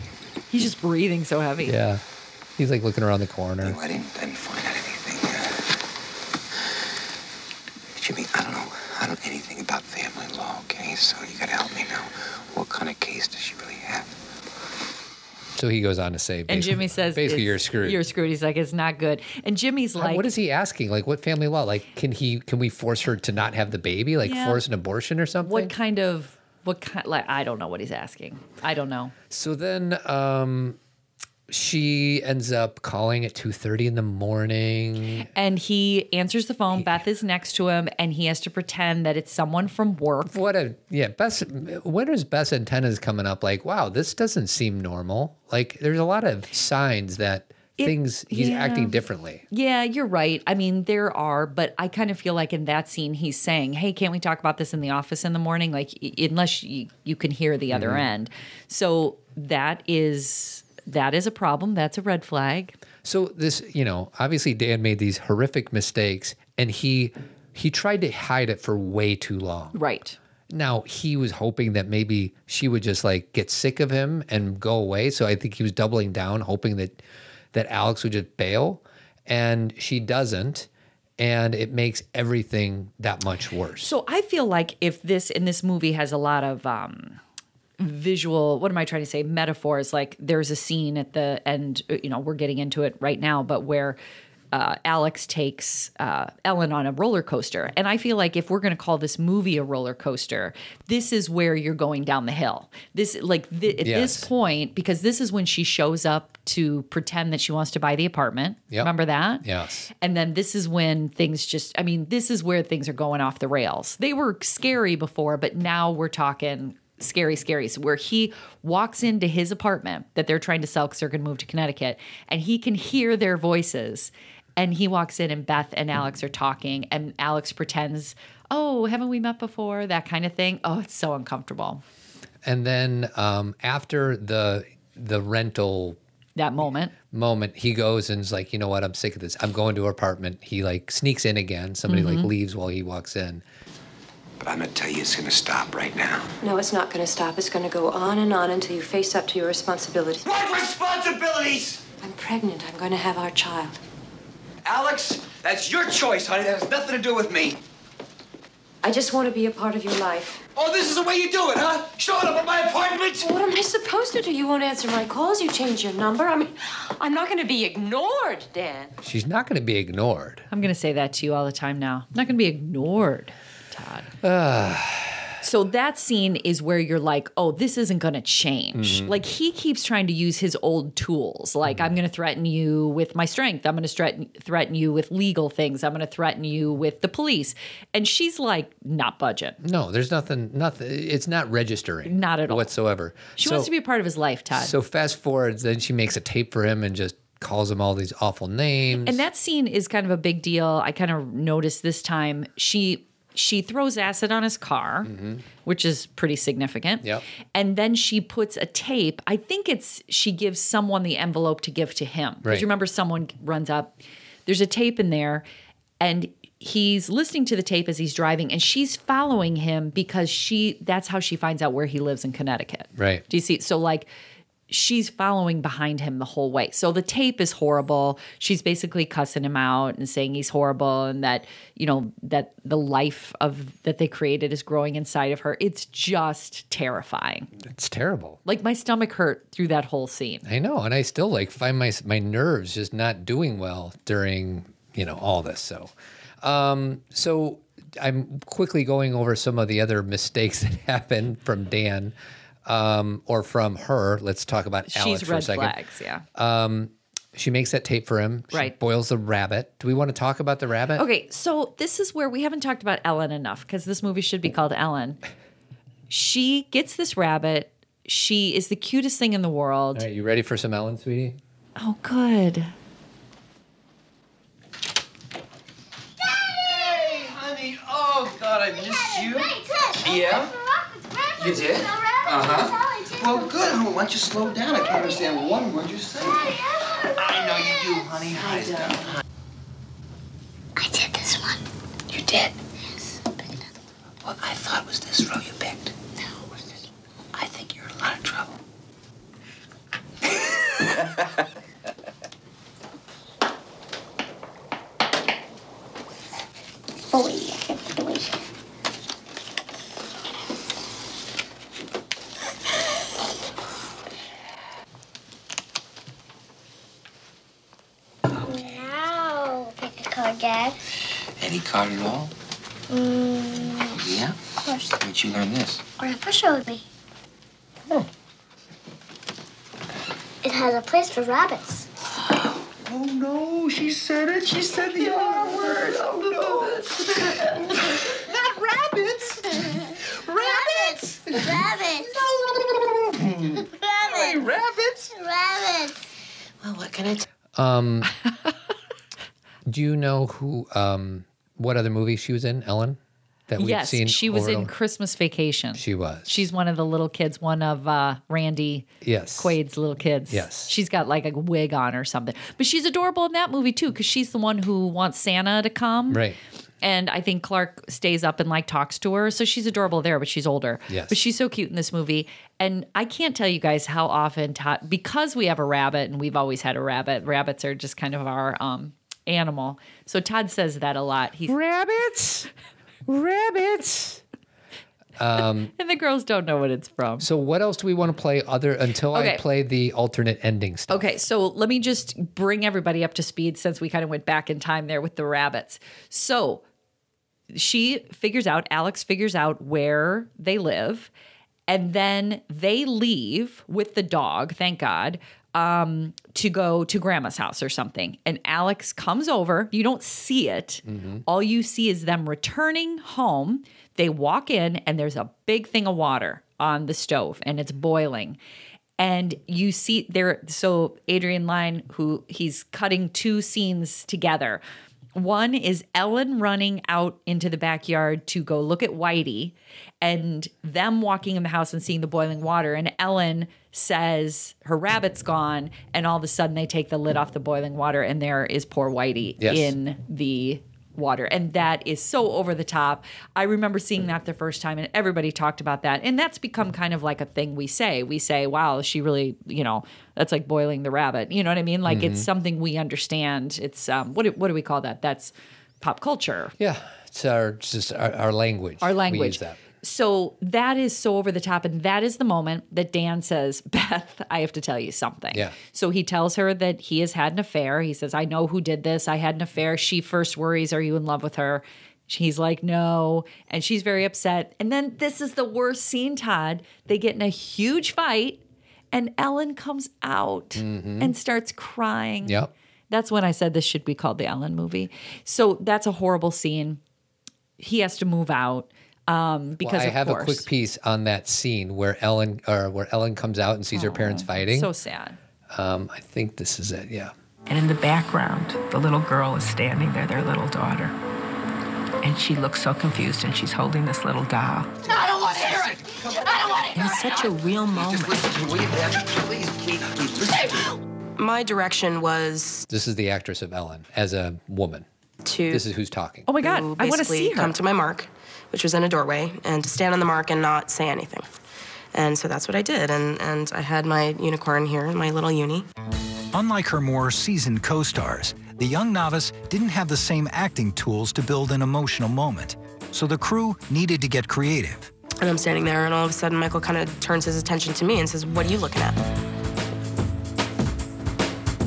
B: He's just breathing so heavy.
A: Yeah, he's like looking around the corner.
F: I didn't, I didn't find out anything. Uh, Jimmy, I don't know, I don't know anything about family law, okay? So you gotta help me now. What kind of case does she really have?
A: So he goes on to say,
B: And
A: basically-
B: Jimmy says,
A: basically,
B: it's-
A: you're screwed.
B: You're screwed. He's like, it's not good. And Jimmy's
A: How-
B: like,
A: what is he asking? Like, what family law? Like, can he? Can we force her to not have the baby? Like,
B: Yeah.
A: force an abortion or something?
B: What kind of what kind like I don't know what he's asking. I don't know.
A: So then um she ends up calling at 2:30 in the morning.
B: And he answers the phone. Beth is next to him and he has to pretend that it's someone from work.
A: What a yeah, best when is best antennas coming up like, wow, this doesn't seem normal. Like there's a lot of signs that
B: It-
A: things he's
B: yeah.
A: acting differently.
B: Yeah, you're right. I mean, there are, but I kind of feel like in that scene he's saying, "Hey, can't we talk about this in the office in the morning?" Like y- unless you, you can hear the other
A: Mhm.
B: end. So that is that is a problem. That's a red flag.
A: So this, you know, obviously Dan made these horrific mistakes and he he tried to hide it for way too long.
B: Right.
A: Now he was hoping that maybe she would just like get sick of him and go away. So I think he was doubling down, hoping that that Alex would just bail, and she doesn't, and it makes everything that much worse.
B: So I feel like if this in this movie has a lot of um visual what am I trying to say metaphors like there's a scene at the end uh, you know we're getting into it right now but where uh, Alex takes uh, Ellen on a roller coaster. And I feel like if we're going to call this movie a roller coaster, this is where you're going down the hill. This, like, thi- at
A: Yes.
B: this point, because this is when she shows up to pretend that she wants to buy the apartment.
A: Yep.
B: Remember that?
A: Yes.
B: And then this is when things just, I mean, this is where things are going off the rails. They were scary before, but now we're talking scary, scary. So where he walks into his apartment that they're trying to sell because they're going to move to Connecticut and he can hear their voices. And he walks in and Beth and Alex are talking and Alex pretends, oh, haven't we met before? That kind of thing. Oh, it's so uncomfortable.
A: And then um, after the the rental
B: That moment.
A: moment, he goes and is like, you know what, I'm sick of this. I'm going to her apartment. He like sneaks in again. Somebody
E: Mhm.
B: Mm-hmm.
A: like leaves while he walks in.
F: But I'm gonna tell you it's gonna stop right now.
E: No, it's not gonna stop. It's gonna go on and on until you face up to your responsibilities.
F: What responsibilities?
E: I'm pregnant. I'm gonna have our child.
F: Alex, that's your choice, honey. That has nothing to do with me.
E: I just want to be a part of your life.
F: Oh, this is the way you do it, huh? Showing up at my apartment?
E: What am I supposed to do? You won't answer my calls. You change your number. I mean, I'm not gonna be ignored, Dan.
A: She's not going to be ignored.
B: I'm going to say that to you all the time now. I'm not going to be ignored, Todd. So that scene is where you're like, oh, this isn't going to change.
A: Mhm.
B: Like he keeps trying to use his old tools. Like I'm going to threaten you with my strength. I'm going to threaten threaten you with legal things. I'm going to threaten you with the police. And she's like, not budget.
A: No, there's nothing. Nothing. It's not registering.
B: Not at all.
A: whatsoever.
B: She
A: So-
B: wants to be a part of his life, Todd.
A: So fast forward, then she makes a tape for him and just calls him all these awful names.
B: And that scene is kind of a big deal. I kind of noticed this time she she throws acid on his car, which is pretty significant.
A: Mm-hmm. Yep.
B: And then she puts a tape. I think it's she gives someone the envelope to give to him. Because
A: Right.
B: you remember someone runs up. There's a tape in there and he's listening to the tape as he's driving and she's following him because she that's how she finds out where he lives in Connecticut.
A: right.
B: Do you see? So like she's following behind him the whole way. So the tape is horrible. She's basically cussing him out and saying he's horrible and that, you know, that the life of that they created is growing inside of her. It's just terrifying.
A: It's terrible.
B: Like my stomach hurt through that whole scene.
A: I know, and I still like find my my nerves just not doing well during you know all this. So, um, so I'm quickly going over some of the other mistakes that happened from Dan, um, or from her. Let's talk about Alex
B: she's
A: for a
B: red
A: second.
B: flags, yeah.
A: Um, she makes that tape for him. She
B: Right.
A: Boils the rabbit. Do we want to talk about the rabbit?
B: Okay, so this is where we haven't talked about Ellen enough because this movie should be called Ellen. She gets this rabbit. She is the cutest thing in the world.
A: All right. You ready for some Ellen, sweetie?
B: Oh, good.
M: Hey, honey. Oh, God, I missed you. Yeah? You did?
K: Uh-huh.
F: huh. Well, good, honey. Why don't you slow down? I can't understand one word you say.
M: I know you do, honey. Hi,
E: I did this one. You did? Yes.
F: Well, I thought it was this row you picked. No, it was this I think you're in a lot of trouble.
E: Oh, yeah.
N: Now, pick a card, Dad.
F: Any card at all?
N: Mm,
F: Yeah?
N: of course.
F: Where'd you learn this?
N: Grandpa showed me.
K: Hmm.
N: Oh. It has a place for rabbits.
F: Oh no, she said it. She said the R word. Oh no. Not rabbits.
N: Rabbits! Rabbits! rabbits! rabbits! Rabbits!
G: Well, what can I tell
A: Um, do you know who? Um, what other movie she was in? Ellen. That we've
B: yes,
A: seen.
B: she was
A: over and
B: in
A: over?
B: Christmas Vacation.
A: She was.
B: She's one of the little kids, one of uh, Randy
A: Yes.
B: Quaid's little kids.
A: Yes.
B: She's got like a wig on or something. But she's adorable in that movie too, because she's the one who wants Santa to come.
A: Right.
B: And I think Clark stays up and like talks to her. So she's adorable there, but she's older.
A: Yes.
B: But she's so cute in this movie. And I can't tell you guys how often Todd, because we have a rabbit and we've always had a rabbit, rabbits are just kind of our um, animal. So Todd says that a lot. He's
A: rabbits, rabbits. Um,
B: and the girls don't know what it's from.
A: So what else do we want to play other until I
B: Okay.
A: play the alternate ending stuff?
B: Okay, so let me just bring everybody up to speed since we kind of went back in time there with the rabbits. So she figures out, Alex figures out where they live, and then they leave with the dog, thank God, um, to go to grandma's house or something. And Alex comes over. You don't see it, all you see is them returning home. They walk in, and there's a big thing of water on the stove, and it's boiling and you see there so adrian lyne who he's cutting two scenes together one is ellen running out into the backyard to go look at whitey and them walking in the house and seeing the boiling water and ellen says her rabbit's gone and all of a sudden they take the lid off the boiling water and there is poor whitey
A: Yes.
B: in the water and that is so over the top i remember seeing that the first time and everybody talked about that and that's become kind of like a thing we say we say wow she really you know that's like boiling the rabbit you know what i mean like it's
A: Mhm.
B: something we understand it's um what do, what do we call that that's pop culture
A: Yeah, it's our it's just our, our language.
B: our
A: We
B: language
A: use that.
B: so that is so over the top and that is the moment that dan says beth i have to tell you something
A: Yeah.
B: so he tells her that he has had an affair. He says, I know who did this. I had an affair. She first worries, Are you in love with her? She's like, no. And she's very upset. And then this is the worst scene, Todd. They get in a huge fight, and Ellen comes out
A: Mhm.
B: and starts crying.
A: Yep.
B: That's when I said this should be called the Ellen movie. So that's a horrible scene. He has to move out um, because
A: well, I
B: of
A: have
B: course.
A: a quick piece on that scene where Ellen or where Ellen comes out and sees her parents fighting.
B: So sad.
A: Um, I think this is it. Yeah.
O: And in the background, the little girl is standing there, their little daughter. And she looks so confused and she's holding this little doll.
M: No, I don't want to hear it. I don't want to hear
O: And
M: it.
O: it's such a real moment.
P: My direction was
A: This is the actress of Ellen as a woman.
P: to.
A: This is who's talking.
P: Oh my
A: God, I wanna see her.
P: Come to my mark, which was in a doorway, and to stand on the mark and not say anything. And so that's what I did, and and I had my unicorn here, my little uni.
Q: Unlike her more seasoned co stars, the young novice didn't have the same acting tools to build an emotional moment, so the crew needed to get creative.
P: And I'm standing there, and all of a sudden, Michael kind of turns his attention to me and says, "What are you looking at?"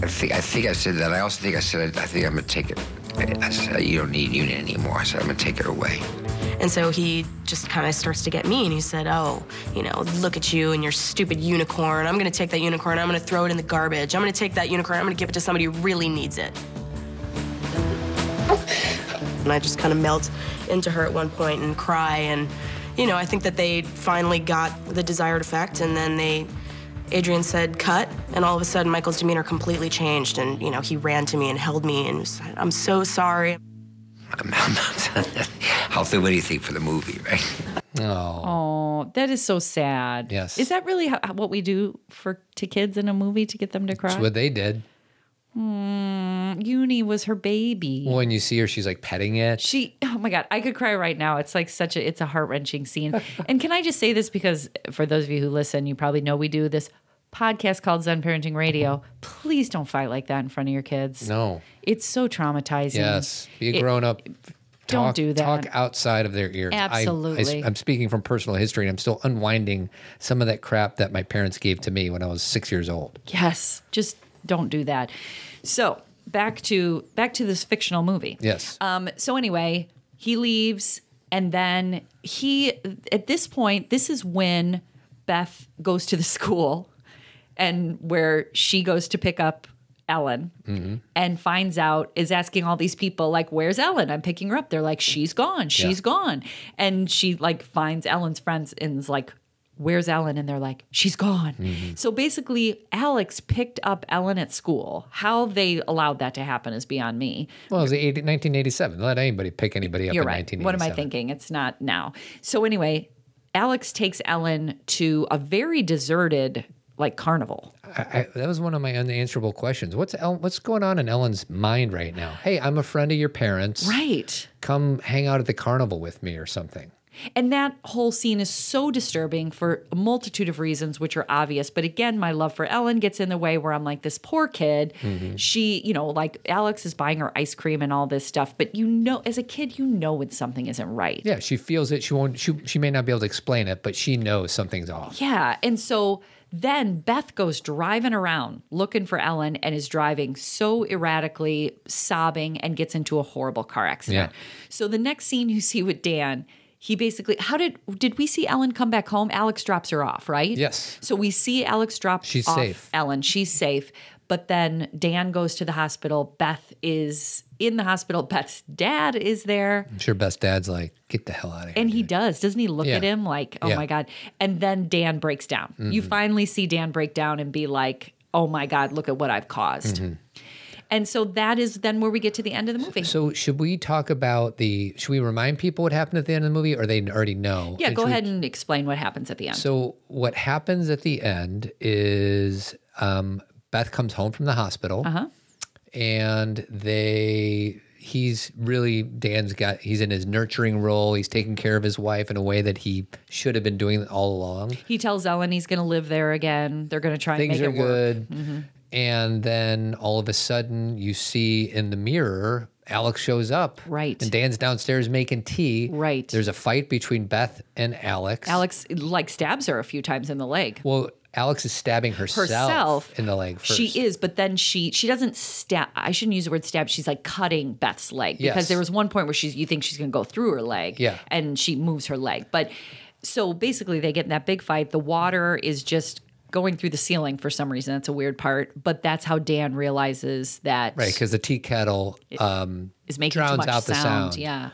F: I think I think I said that. I also think I said I think I'm gonna take it. I I said you don't need unit anymore. I said I'm gonna take it away.
P: And so he just kind of starts to get me, and he said, "Oh, you know, look at you and your stupid unicorn. I'm gonna take that unicorn. I'm gonna throw it in the garbage. I'm gonna take that unicorn. I'm gonna give it to somebody who really needs it." And I just kind of melt into her at one point and cry. And, you know, I think that they finally got the desired effect. And then they, Adrian said, cut. And all of a sudden, Michael's demeanor completely changed. And, you know, he ran to me and held me and was, I'm so sorry.
F: I'll do anything for the movie, right?
A: Oh.
B: Oh, that is so sad.
A: Yes.
B: Is that really how, what we do for to kids in a movie to get them to cry?
A: That's what they did.
B: Mm, Uni was her baby.
A: When you see her, she's like petting it.
B: She, oh my God, I could cry right now. It's like such a, it's a heart wrenching scene. and can I just say this because for those of you who listen, you probably know we do this podcast called Zen Parenting Radio. Please don't fight like that in front of your kids.
A: Mm-hmm. No.
B: It's so traumatizing.
A: Yes. Be a
B: It-
A: grown up.
B: don't
A: Talk,
B: do that.
A: Talk outside of their ears. I- I s-
B: Absolutely.
A: I'm speaking from personal history, and I'm still unwinding some of that crap that my parents gave to me when I was six years old.
B: Yes, just don't do that. So back to back to this fictional movie.
A: Yes.
B: Um, so anyway, he leaves, and then he at this point, this is when Beth goes to the school, and where she goes to pick up Ellen
M: Mm-hmm.
B: and finds out is asking all these people like where's ellen i'm picking her up they're like she's gone She's gone and she like finds ellen's friends and is like where's ellen and they're like she's gone so basically alex picked up ellen at school how they allowed that to happen is beyond me
A: Well, it was the 80, 1987. Let anybody pick anybody up
B: you're
A: in
B: right.
A: 1987.
B: What am I thinking? It's not now. So anyway, Alex takes Ellen to a very deserted like carnival.
A: I, I, that was one of my unanswerable questions. What's El, what's going on in Ellen's mind right now? Hey, I'm a friend of your parents.
B: Right.
A: Come hang out at the carnival with me or something.
B: And that whole scene is so disturbing for a multitude of reasons, which are obvious. But again, my love for Ellen gets in the way where I'm like, this poor kid.
A: Mm-hmm.
M: Mhm.
B: She, you know, like Alex is buying her ice cream and all this stuff. But you know, as a kid, you know when something isn't right.
A: Yeah, she feels it. She won't. She she may not be able to explain it, but she knows something's off.
B: Yeah. And so then Beth goes driving around looking for Ellen and is driving so erratically, sobbing, and gets into a horrible car accident. So the next scene you see with Dan, he basically how did did we see Ellen come back home? Alex drops her off, right?
A: Yes.
B: So we see Alex drop
A: She's
B: off
A: safe.
B: Ellen. She's safe. But then Dan goes to the hospital. Beth is in the hospital. Beth's dad is there.
A: I'm sure best dad's like, get the hell out of here.
B: And he does. Doesn't he look
A: Yeah.
B: at him like, oh
A: Yeah.
B: my God? And then Dan breaks down. You
A: Mhm.
B: finally see Dan break down and be like, oh my God, look at what I've caused.
A: Mhm.
B: And so that is then where we get to the end of the movie.
A: So should we talk about the? Should we remind people what happened at the end of the movie, or they already know?
B: yeah,
A: And
B: go
A: should we-
B: ahead and explain what happens at the end.
A: So what happens at the end is um, Beth comes home from the hospital,
B: Uh-huh.
A: and they he's really Dan's got he's in his nurturing role. He's taking care of his wife in a way that he should have been doing all along.
B: he tells Ellen he's going to live there again. They're going to try
A: Things
B: and make Mm-hmm.
A: are
B: it work.
A: good,
B: Mhm.
A: and then all of a sudden you see in the mirror Alex shows up.
B: Right.
A: And Dan's downstairs making tea.
B: Right.
A: There's a fight between Beth and Alex.
B: Alex like stabs her a few times in the leg.
A: Well, Alex is stabbing herself,
B: Herself.
A: in the leg first.
B: She is, but then she she doesn't stab. I shouldn't use the word stab. She's like cutting Beth's leg because
A: Yes.
B: there was one point where she's you think she's going to go through her leg,
A: Yeah.
B: and she moves her leg. But so basically, they get in that big fight. The water is just going through the ceiling for some reason. That's a weird part, but that's how Dan realizes that
A: Right, because the tea kettle um,
B: is making
A: drowns
B: too much
A: out the sound.
B: Yeah,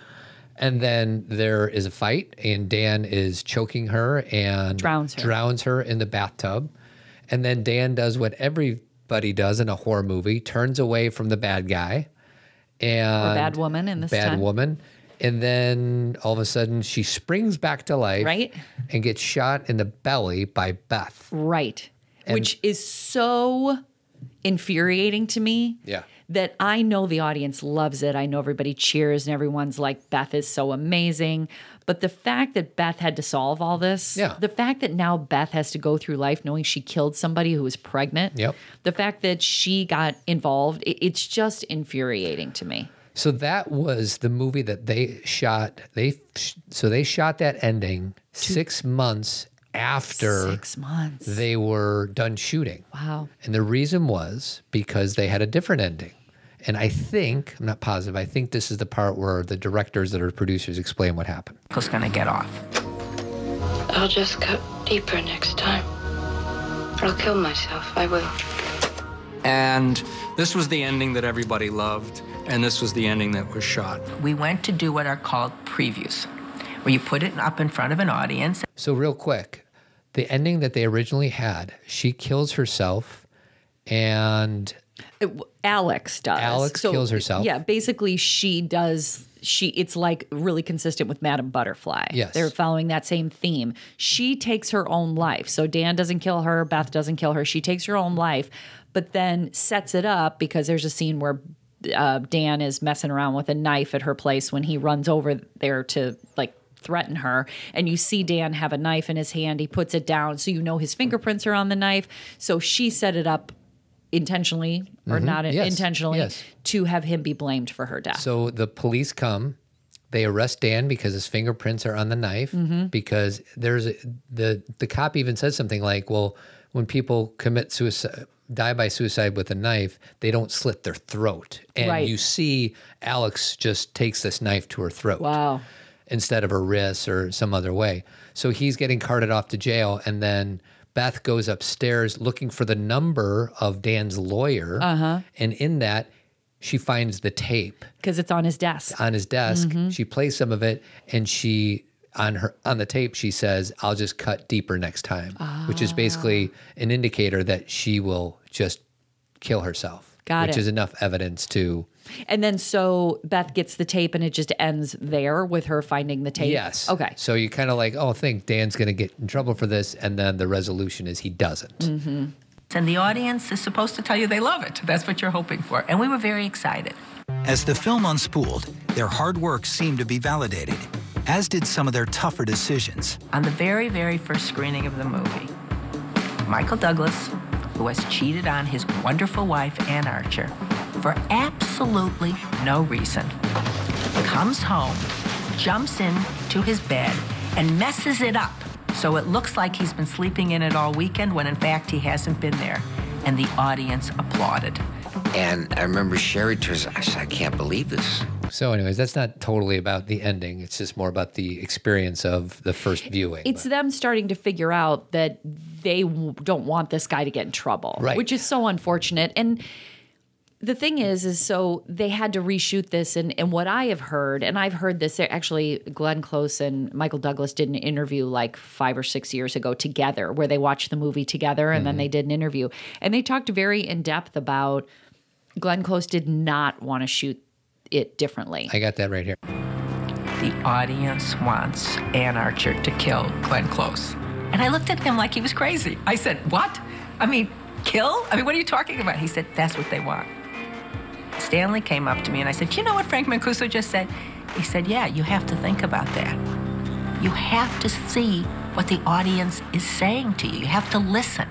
A: And then there is a fight, and Dan is choking her and
B: Drowns her.
A: drowns her in the bathtub. And then Dan does what everybody does in a horror movie turns away from the bad guy and
B: or bad woman in this
A: bad
B: time.
A: woman. And then all of a sudden, she springs back to life
B: Right.
A: and gets shot in the belly by Beth.
B: Right.
A: And-
B: Which is so infuriating to me.
A: Yeah.
B: That I know the audience loves it. I know everybody cheers and everyone's like, Beth is so amazing. But the fact that Beth had to solve all this,
A: Yeah.
B: the fact that now Beth has to go through life knowing she killed somebody who was pregnant,
A: Yep.
B: the fact that she got involved, it, it's just infuriating to me.
A: So that was the movie that they shot. They so they shot that ending six months after
B: Six months.
A: they were done shooting.
B: Wow.
A: And the reason was because they had a different ending. And I think I'm not positive. I think this is the part where the directors that are producers explain what happened.
O: Michael's gonna get off.
G: I'll just cut deeper next time. Or I'll kill myself. I will.
R: And this was the ending that everybody loved, and this was the ending that was shot.
O: We went to do what are called previews, where you put it up in front of an audience.
A: So real quick, the ending that they originally had, she kills herself, and
B: It- Alex does.
A: Alex kills herself.
B: Yeah, basically she does she it's like really consistent with Madame Butterfly.
A: Yes.
B: They're following that same theme. She takes her own life. So Dan doesn't kill her, Beth doesn't kill her. She takes her own life, but then sets it up because there's a scene where uh, Dan is messing around with a knife at her place when he runs over there to like threaten her and you see Dan have a knife in his hand he puts it down so you know his fingerprints are on the knife so she set it up intentionally or
A: Mhm.
B: not
A: Yes.
B: intentionally
A: Yes.
B: to have him be blamed for her death.
A: So the police come. They arrest Dan because his fingerprints are on the knife.
B: Mhm.
A: Because there's a, the the cop even says something like, "Well, when people commit suicide, die by suicide with a knife, they don't slit their throat." And
B: Right.
A: you see Alex just takes this knife to her throat.
B: Wow.
A: Instead of her wrist or some other way. So he's getting carted off to jail, and then Beth goes upstairs looking for the number of Dan's lawyer,
B: Uh-huh.
A: and in that. She finds the tape
B: Because it's on his desk.
A: on his desk.
B: Mhm.
A: She plays some of it, and she on her on the tape she says, "I'll just cut deeper next time," which is basically
B: Ah.
A: an indicator that she will just kill herself.
B: Got
A: which
B: it.
A: is enough evidence to
B: And then so Beth gets the tape and it just ends there with her finding the tape.
A: yes.
B: Okay.
A: So you kind of like, oh, think Dan's going to get in trouble for this, and then the resolution is he doesn't.
B: Mm.
O: Mm-hmm. And the audience is supposed to tell you they love it. That's what you're hoping for. And we were very excited.
Q: As the film unspooled, their hard work seemed to be validated, as did some of their tougher decisions.
O: On the very, very first screening of the movie, Michael Douglas, who has cheated on his wonderful wife, Ann Archer, for absolutely no reason, comes home, jumps into his bed, and messes it up. So it looks like he's been sleeping in it all weekend when in fact he hasn't been there. And the audience applauded.
F: And I remember Sherry turns. I said, I can't believe this.
A: So, anyways, that's not totally about the ending. It's just more about the experience of the first viewing.
B: It's them starting to figure out that they w- don't want this guy to get in trouble,
A: Right.
B: which is so unfortunate. And the thing is, is so they had to reshoot this, and and what I have heard, and I've heard this actually, Glenn Close and Michael Douglas did an interview like five or six years ago together, where they watched the movie together, and then
O: Mhm.
B: they did an interview, and they talked very in depth about Glenn Close did not want to shoot it differently.
A: I got that right here.
O: The audience wants Ann Archer to kill Glenn Close. And I looked at him like he was crazy. I said, What? I mean, kill? I mean, what are you talking about? He said, That's what they want. Stanley came up to me and I said, "Do You know what Frank Mancuso just said? He said, Yeah, you have to think about that. You have to see what the audience is saying to you, you have to listen.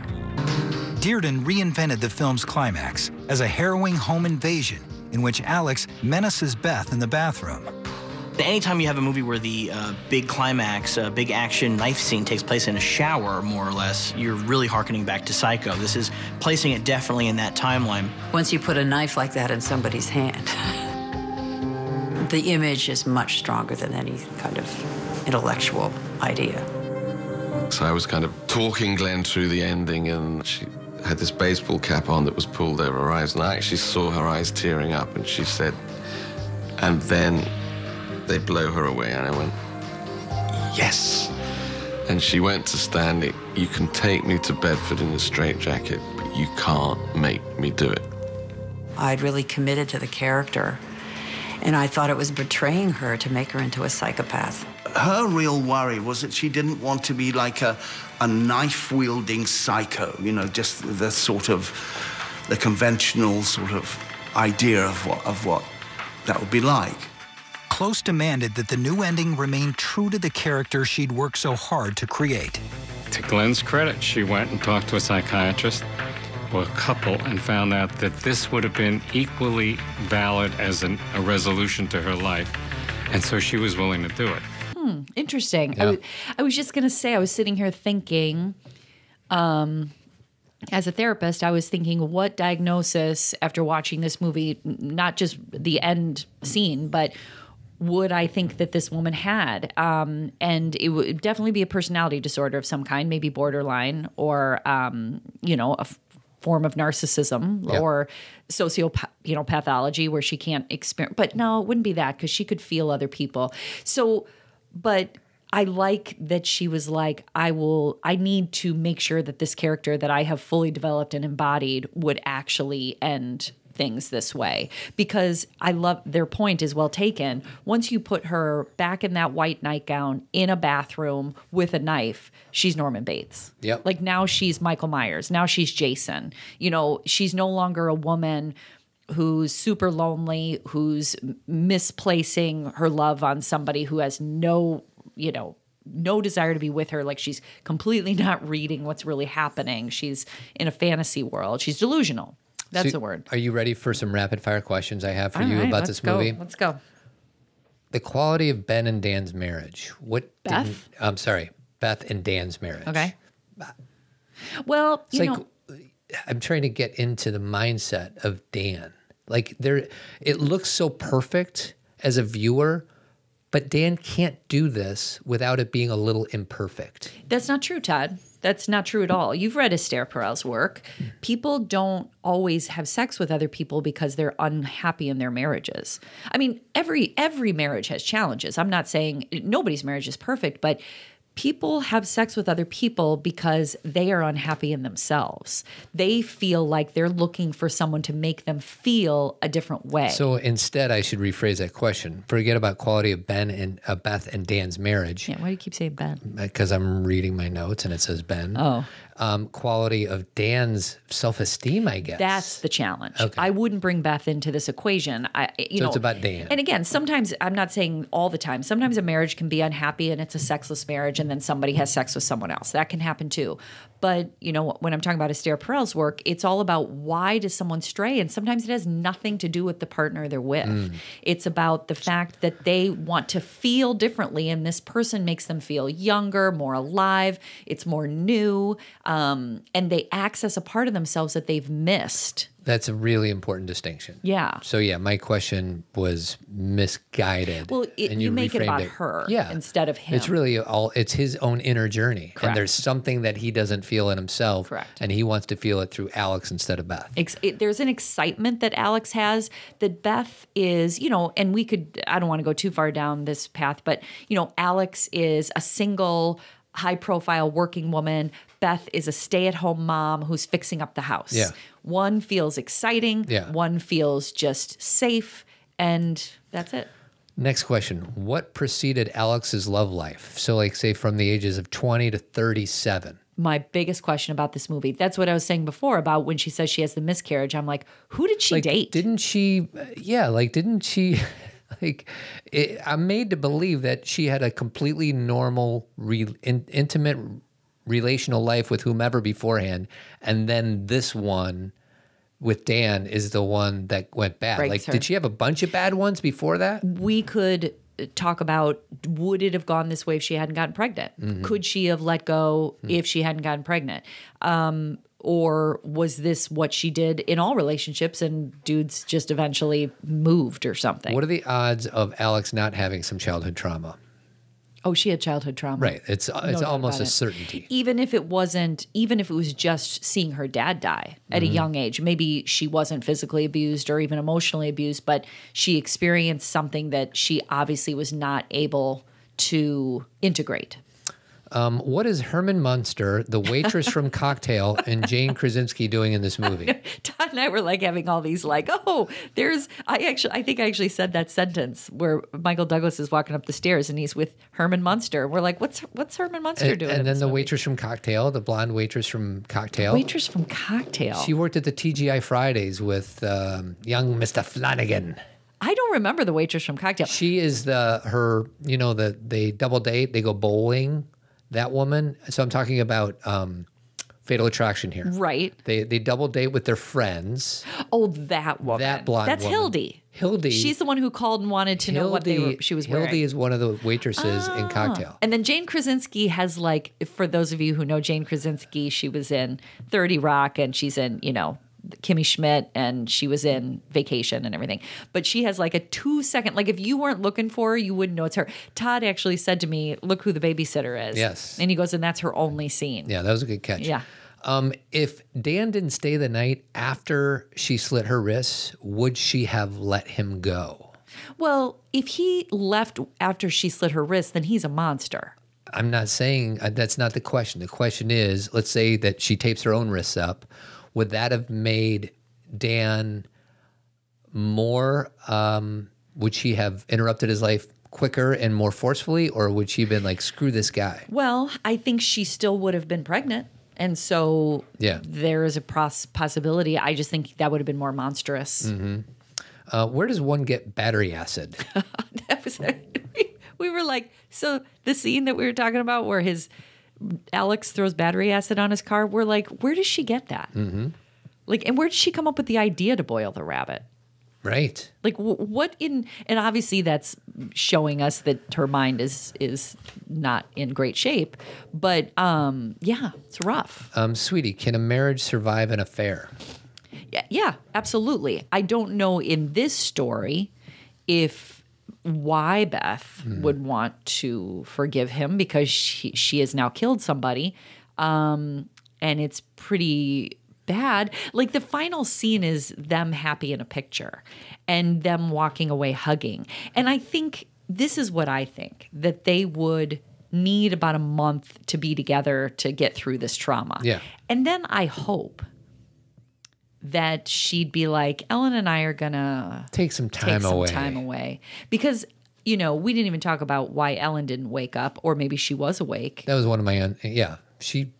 Q: Dearden reinvented the film's climax as a harrowing home invasion in which Alex menaces Beth in the bathroom.
S: Anytime you have a movie where the uh, big climax, uh, big action knife scene takes place in a shower, more or less, you're really harkening back to Psycho. This is placing it definitely in that timeline.
I: Once you put a knife like that in somebody's hand, the image is much stronger than any kind of intellectual idea.
T: So I was kind of talking Glenn through the ending, and she had this baseball cap on that was pulled over her eyes, and I actually saw her eyes tearing up, and she said, and then they blow her away, and I went, yes. And she went to Stanley, you can take me to Bedford in a straitjacket, but you can't make me do it.
I: I'd really committed to the character, and I thought it was betraying her to make her into a psychopath.
K: her real worry was that she didn't want to be like a, a knife wielding psycho, you know, just the sort of the conventional sort of idea of what, of what that would be like.
Q: Close demanded that the new ending remain true to the character she'd worked so hard to create.
U: To Glenn's credit, she went and talked to a psychiatrist or a couple and found out that this would have been equally valid as an, a resolution to her life. And so she was willing to do it.
B: Hmm, interesting. I
U: Yeah.
B: wa- I was just going to say, I was sitting here thinking, um, as a therapist, I was thinking, what diagnosis after watching this movie, n- not just the end scene, but would I think that this woman had? Um, and it would definitely be a personality disorder of some kind, maybe borderline or, um, you know, a f- form of narcissism
V: Yeah.
B: or sociopath, you know, pathology where she can't experience. But no, it wouldn't be that because she could feel other people. So, but I like that she was like, I will, I need to make sure that this character that I have fully developed and embodied would actually end things this way. Because I love their point is well taken. Once you put her back in that white nightgown in a bathroom with a knife, she's Norman Bates.
A: Yep.
B: Like now she's Michael Myers. Now she's Jason. You know, she's no longer a woman who's super lonely, who's m- misplacing her love on somebody who has no, you know, no desire to be with her. Like she's completely not reading what's really happening. She's in a fantasy world. She's delusional. That's
A: So,
B: the word.
A: Are you ready for some rapid fire questions I have for
B: All
A: you
B: right,
A: about
B: let's
A: this
B: go.
A: movie?
B: Let's go.
A: The quality of Ben and Dan's marriage. What?
B: Beth?
A: didn't- I'm sorry, Beth and Dan's marriage.
B: Okay. Well,
A: It's
B: you
A: like
B: know,
A: I'm trying to get into the mindset of Dan. Like there, it looks so perfect as a viewer, but Dan can't do this without it being a little imperfect.
B: That's not true, Todd. That's not true at all. You've read Esther Perel's work. People don't always have sex with other people because they're unhappy in their marriages. I mean, every every marriage has challenges. I'm not saying nobody's marriage is perfect, but people have sex with other people because they are unhappy in themselves. They feel like they're looking for someone to make them feel a different way.
A: So instead, I should rephrase that question. Forget about quality of Ben and uh, Beth and Dan's marriage.
B: yeah, why do you keep saying Ben?
A: because I'm reading my notes and it says Ben.
B: Oh.
A: Um, quality of Dan's self esteem, I guess.
B: That's the challenge.
A: Okay.
B: I wouldn't bring Beth into this equation. I, you
A: So
B: know,
A: it's about Dan.
B: And again, sometimes I'm not saying all the time. Sometimes a marriage can be unhappy and it's a sexless marriage, and then somebody has sex with someone else. That can happen too. But you know, when I'm talking about Esther Perel's work, it's all about why does someone stray, and sometimes it has nothing to do with the partner they're with.
W: Mm.
B: It's about the fact that they want to feel differently, and this person makes them feel younger, more alive. It's more new, um, and they access a part of themselves that they've missed.
A: That's a really important distinction.
B: Yeah.
A: So, yeah, my question was misguided.
B: Well, it,
A: and
B: you, make it
A: reframed
B: about her
A: Yeah.
B: instead of him.
A: It's really all, it's his own inner journey.
B: Correct.
A: And there's something that he doesn't feel in himself.
B: Correct.
A: And he wants to feel it through Alex instead of Beth.
B: Ex- it, there's an excitement that Alex has that Beth is, you know, and we could, I don't want to go too far down this path, but, you know, Alex is a single, high profile working woman. Beth is a stay at home mom who's fixing up the house.
A: Yeah.
B: One feels exciting,
A: Yeah.
B: one feels just safe, and that's it.
A: Next question What preceded Alex's love life? So, like, say from the ages of 20 to 37.
B: My biggest question about this movie. That's what I was saying before about when she says she has the miscarriage. I'm like, who did she
A: Like,
B: date?
A: Didn't she? Yeah, like didn't she? Like, it, I'm made to believe that she had a completely normal, re, in, intimate, relational life with whomever beforehand, and then this one with Dan is the one that went bad.
B: Breaks
A: like,
B: her.
A: did she have a bunch of bad ones before that?
B: we could uh, talk about would it have gone this way if she hadn't gotten pregnant?
A: Mhm.
B: Could she have let go
A: Mm-hmm.
B: if she hadn't gotten pregnant? Um, or was this what she did in all relationships and dudes just eventually moved or something?
A: What are the odds of Alex not having some childhood trauma?
B: Oh, she had childhood trauma.
A: Right. It's
B: No
A: it's
B: doubt
A: almost a
B: about it.
A: certainty.
B: Even if it wasn't, even if it was just seeing her dad die at a
A: Mhm.
B: young age, maybe she wasn't physically abused or even emotionally abused, but she experienced something that she obviously was not able to integrate.
A: Um, what is Herman Munster, the waitress from Cocktail, and Jane Krasinski doing in this movie?
B: Todd and I were like having all these like, oh, there's I actually I think I actually said that sentence where Michael Douglas is walking up the stairs and he's with Herman Munster. We're like, what's what's Herman Munster
A: and,
B: doing?
A: and
B: in
A: then
B: this
A: the
B: movie?
A: waitress from Cocktail, the blonde waitress from Cocktail.
B: waitress from Cocktail.
A: She worked at the TGI Fridays with um, young Mr. Flanagan.
B: I don't remember the waitress from Cocktail.
A: She is the her, you know, the they double date, they go bowling. That woman. So I'm talking about um, Fatal Attraction here.
B: Right.
A: They they double date with their friends.
B: Oh, that woman.
A: That blonde.
B: That's
A: woman.
B: Hildy.
A: Hildy.
B: She's the one who called and wanted to know what they were,
A: Hildy-
B: she was
A: Hildy
B: wearing. Ah.
A: is one of the waitresses in Cocktail.
B: And then Jane Krasinski has like, for those of you who know Jane Krasinski, she was in Thirty Rock and she's in, you know, Kimmy Schmidt and she was in Vacation and everything. But she has like a two second, like if you weren't looking for her, you wouldn't know it's her. Todd actually said to me, "Look who the babysitter is."
A: Yes.
B: and he goes, and that's her only scene.
A: Yeah, that was a good catch.
B: Yeah.
A: Um, if Dan didn't stay the night after she slit her wrists, would she have let him go?
B: Well, if he left after she slit her wrist, then he's a monster.
A: I'm not saying uh, that's not the question. The question is, let's say that she tapes her own wrists up, would that have made Dan more? Um, would she have interrupted his life quicker and more forcefully, or would she have been like, "Screw this guy"?
B: Well, I think she still would have been pregnant. And so
A: Yeah.
B: there is a pros- possibility. I just think that would have been more monstrous.
A: hmm Uh, where does one get battery acid?
B: That was we were like, so the scene that we were talking about where his Alex throws battery acid on his car, we're like, where does she get that?
A: hmm
B: Like, and where did she come up with the idea to boil the rabbit?
A: Right.
B: Like, wh- what in? And obviously, that's showing us that her mind is is not in great shape. But um, yeah, it's rough.
A: Um, sweetie, can a marriage survive an affair?
B: Yeah, yeah, absolutely. I don't know in this story if why Beth would want to forgive him because she she has now killed somebody, um, and it's pretty bad. Like the final scene is them happy in a picture, and them walking away hugging. And I think this is what I think that they would need about a month to be together to get through this trauma.
A: Yeah.
B: And then I hope that she'd be like, Ellen and I are gonna
A: Take some time
B: take some
A: away.
B: time away because you know we didn't even talk about why Ellen didn't wake up, or maybe she was awake.
A: That was one of my un- yeah. She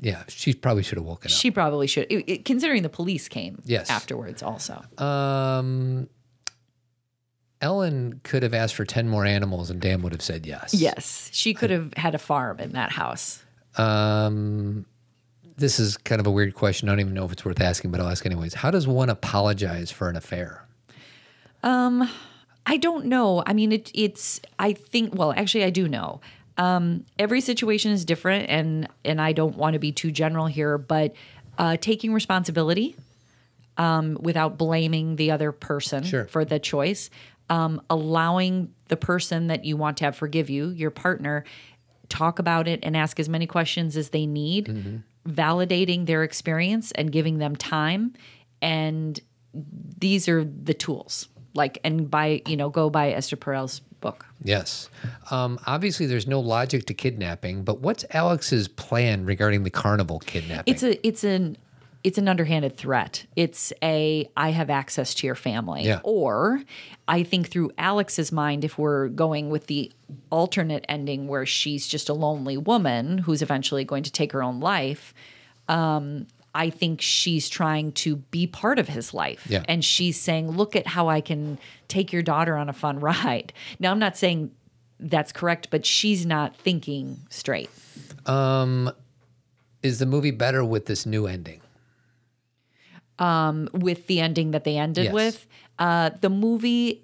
A: yeah, she probably should have woken
B: She probably should, it- it- considering the police came
A: Yes.
B: afterwards. Also,
A: up. Um Ellen could have asked for 10 more animals and Dan would have said yes.
B: yes, she could have had a farm in that house.
A: Um this is kind of a weird question. I don't even know if it's worth asking, but I'll ask anyways. How does one apologize for an affair?
B: Um, I don't know. I mean, it, it's. I think. Well, actually, I do know. Um, every situation is different, and and I don't want to be too general here, but uh, taking responsibility um, without blaming the other person for the choice, um, allowing the person that you want to have forgive you, your partner, talk about it and ask as many questions as they need validating their experience and giving them time and these are the tools like and by you know go by esther perel's book
A: Yes. Um, obviously, there's no logic to kidnapping, but what's Alex's plan regarding the carnival kidnapping?
B: it's a it's an it's an underhanded threat it's a i have access to your family
A: Yeah.
B: or i think through alex's mind if we're going with the alternate ending where she's just a lonely woman who's eventually going to take her own life um I think she's trying to be part of his life.
A: Yeah.
B: And she's saying, Look at how I can take your daughter on a fun ride. Now, I'm not saying that's correct, but she's not thinking straight.
A: Um, is the movie better with this new ending?
B: um, with the ending that they ended
A: Yes.
B: with. Uh, the movie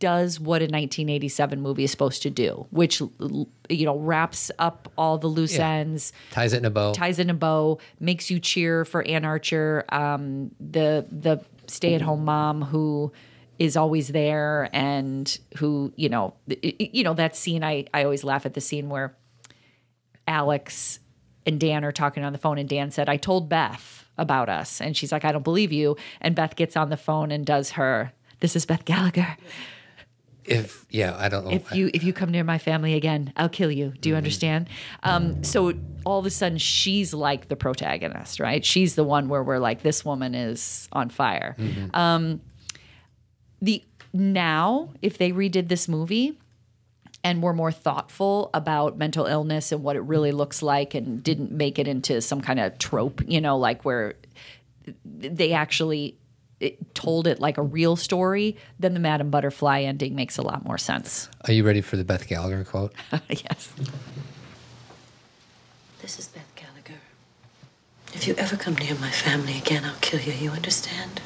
B: does what a 1987 movie is supposed to do, which l- l- you know wraps up all the loose
A: Yeah.
B: ends,
A: Ties it in a bow.
B: ties in a bow, makes you cheer for Ann Archer, um, the the stay at home mom who is always there and who you know i- i- you know that scene. I I always laugh at the scene where Alex and Dan are talking on the phone, and Dan said, "I told Beth about us," and she's like, "I don't believe you." And Beth gets on the phone and does her. This is Beth Gallagher.
A: If yeah, I don't know.
B: If you if you come near my family again, I'll kill you. Do you understand? Um, so all of a sudden, she's like the protagonist, right? She's the one where we're like, this woman is on fire.
E: Mhm.
B: Um, the now, if they redid this movie and were more thoughtful about mental illness and what it really looks like, and didn't make it into some kind of trope, you know, like where they actually. It told it like a real story, then the Madame Butterfly ending makes a lot more sense.
A: Are you ready for the Beth Gallagher quote?
B: yes.
G: This is Beth Gallagher. If you ever come near my family again, I'll kill you. You understand?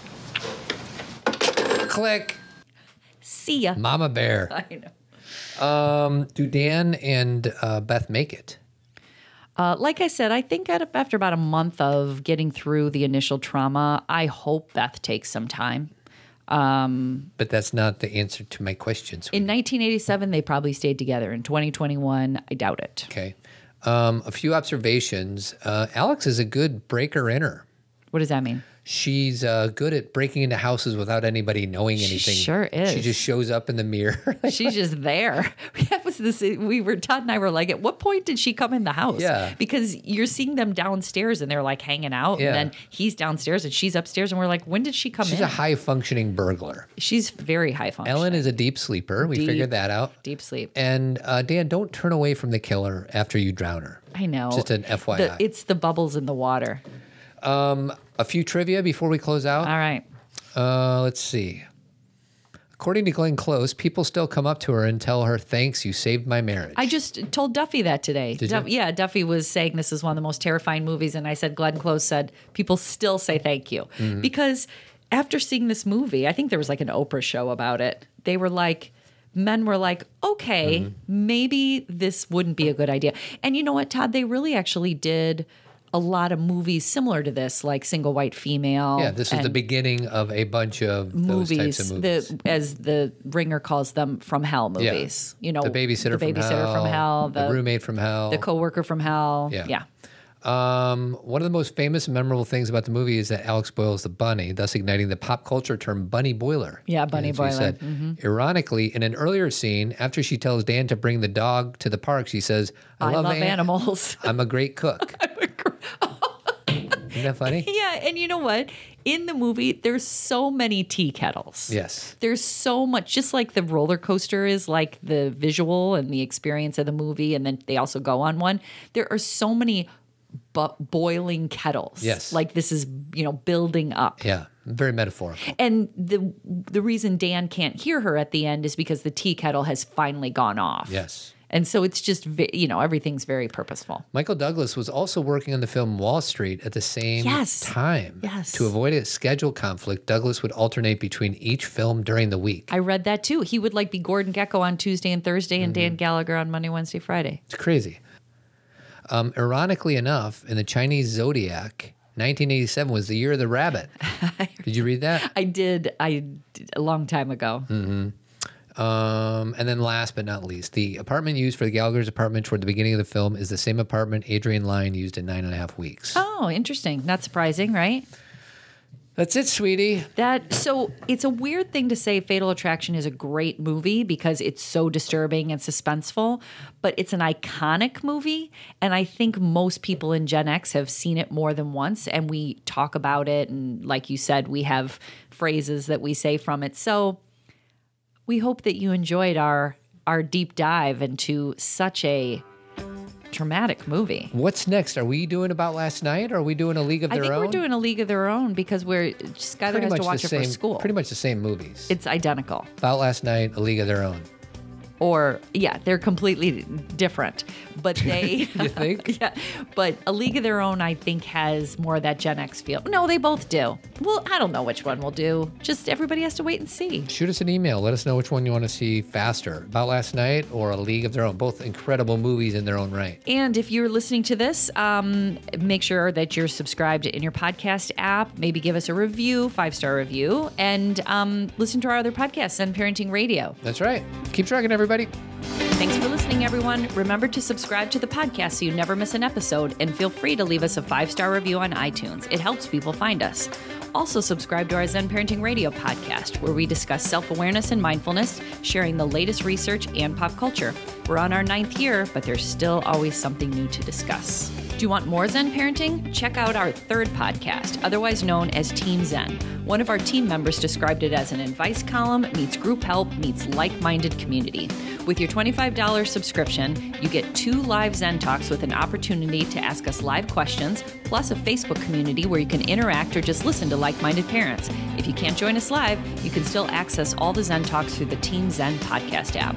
A: Click.
B: See uh, ya.
A: Mama Bear.
B: I know.
A: Um, do Dan and uh, Beth make it?
B: Uh, like I said, I think at, after about a month of getting through the initial trauma, I hope Beth takes some time. Um,
A: But that's not the answer to my questions.
B: in 1987, they probably stayed together. In 2021, I doubt it.
A: Okay. Um, a few observations. Uh, Alex is a good breaker inner.
B: What does that mean?
A: She's uh, good at breaking into houses without anybody knowing anything.
B: sure is.
A: She just shows up in the mirror.
B: She's just there. That was this. We were Todd and I were like, at what point did she come in the house?
A: Yeah.
B: because you're seeing them downstairs and they're like hanging out,
A: Yeah.
B: and then he's downstairs and she's upstairs, and we're like, when did she come
A: She's
B: in?
A: a high functioning burglar.
B: She's very high functioning.
A: Ellen is a deep sleeper. We
B: Deep-
A: figured that out.
B: Deep sleep.
A: And uh, Dan, don't turn away from the killer after you drown her.
B: I know.
A: Just an
B: The-
A: FYI.
B: it's the bubbles in the water.
A: Um, a few trivia before we close out. All
B: right.
A: Uh, let's see. According to Glenn Close, people still come up to her and tell her, "Thanks, you saved my marriage."
B: I just told Duffy that today.
A: Did
B: Duff-
A: you?
B: Yeah, Duffy was saying this is one of the most terrifying movies, and I said Glenn Close said people still say thank you
A: Mhm.
B: because after seeing this movie, I think there was like an Oprah show about it. They were like, men were like, okay,
A: Mm-hmm.
B: maybe this wouldn't be a good idea. And you know what, Todd? They really actually did a lot of movies similar to this, like Single White Female.
A: yeah, this is the
B: and-
A: beginning of a bunch of
B: movies,
A: those types of movies.
B: The, as the ringer calls them, from hell movies. You know,
A: the babysitter,
B: the babysitter
A: from, hell, the, roommate from hell,
B: the coworker from hell.
A: Oh. Yeah.
B: yeah.
A: Um, one of the most famous and memorable things about the movie is that Alex Boyle is the bunny, thus igniting the pop culture term bunny boiler.
B: Yeah, bunny
A: As you
B: boiler.
A: said.
B: Mhm.
A: Ironically, in an earlier scene, after she tells Dan to bring the dog to the park, she says, I,
B: I
A: love,
B: love
A: an-
B: animals."
A: I'm a great cook. Isn't that funny?
B: Yeah, and you know what? In the movie, there's so many tea kettles.
A: Yes.
B: There's so much, just like the roller coaster is like the visual and the experience of the movie, and then they also go on one. There are so many bu- boiling kettles.
A: Yes.
B: Like this is, you know, building up.
A: Yeah. Very metaphorical.
B: And the the reason Dan can't hear her at the end is because the tea kettle has finally gone off.
A: Yes.
B: And so it's just, ve- you know, everything's very purposeful.
A: Michael Douglas was also working on the film Wall Street at the same
B: Yes.
A: time.
B: Yes.
A: To avoid a schedule conflict, Douglas would alternate between each film during the week.
B: I read that too. He would like be Gordon Gecko on Tuesday and Thursday and Dan Gallagher on Monday, Wednesday, Friday.
A: It's crazy. Um, ironically enough, in the Chinese zodiac, 1987 was the year of the rabbit. Did you read that?
B: I did I did a long time ago.
A: hmm Um, and then last but not least, the apartment used for the Gallagher's apartment toward the beginning of the film is the same apartment Adrian Lyne used in Nine and a Half Weeks.
B: Oh, interesting. Not surprising, right?
A: That's it, sweetie.
B: That so it's a weird thing to say Fatal Attraction is a great movie because it's so disturbing and suspenseful, but it's an iconic movie and I think most people in Gen X have seen it more than once and we talk about it and like you said we have phrases that we say from it. So we hope that you enjoyed our our deep dive into such a traumatic movie.
A: What's next? Are we doing about last night? Or are we doing a League of
B: I
A: Their
B: think
A: Own?
B: we're doing a league of their own because we're Skylar has to watch it
A: the same,
B: for school.
A: Pretty much the same movies.
B: It's identical.
A: About last night, a League of Their Own.
B: or yeah, they're completely different. But they
A: You think?
B: yeah. But A League of Their Own I think has more of that Gen X feel. No, they both do. Well, I don't know which one will do. Just everybody has to wait and see.
A: Shoot us an email. Let us know which one you want to see faster. About Last Night or A League of Their Own. Both incredible movies in their own right.
B: And if you're listening to this, um, make sure that you're subscribed in your podcast app. Maybe give us a review, five star review, and um, listen to our other podcasts on Parenting Radio.
A: That's right. Keep trucking, everybody.
B: Thanks for listening, everyone. Remember to subscribe to the podcast so you never miss an episode, and feel free to leave us a five star review on iTunes. It helps people find us. Also, subscribe to our Zen Parenting Radio podcast, where we discuss self awareness and mindfulness, sharing the latest research and pop culture. We're on our ninth year, but there's still always something new to discuss. Do you want more Zen parenting? Check out our third podcast, otherwise known as Team Zen. One of our team members described it as an advice column meets group help meets like minded community. With your $25 subscription, you get two live Zen talks with an opportunity to ask us live questions, plus a Facebook community where you can interact or just listen to like minded parents. If you can't join us live, you can still access all the Zen talks through the Team Zen podcast app.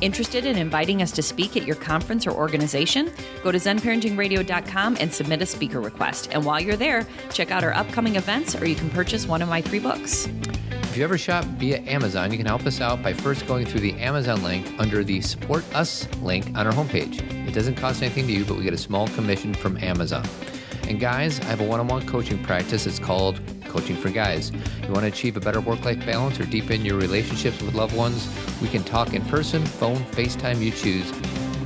B: Interested in inviting us to speak at your conference or organization? Go to zenparentingradio.com and submit a speaker request. And while you're there, check out our upcoming events or you can purchase one of my three books.
A: If you ever shop via Amazon, you can help us out by first going through the Amazon link under the Support Us link on our homepage. It doesn't cost anything to you, but we get a small commission from Amazon. And guys, I have a one on one coaching practice. It's called Coaching for Guys. You want to achieve a better work life balance or deepen your relationships with loved ones? We can talk in person, phone, FaceTime, you choose.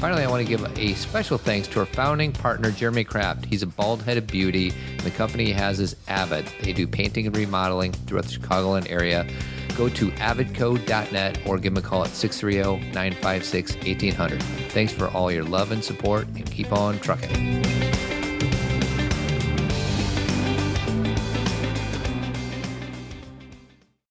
A: Finally, I want to give a special thanks to our founding partner, Jeremy Kraft. He's a bald headed beauty, and the company he has is Avid. They do painting and remodeling throughout the Chicagoland area. Go to avidco.net or give them a call at 630 956 1800. Thanks for all your love and support, and keep on trucking.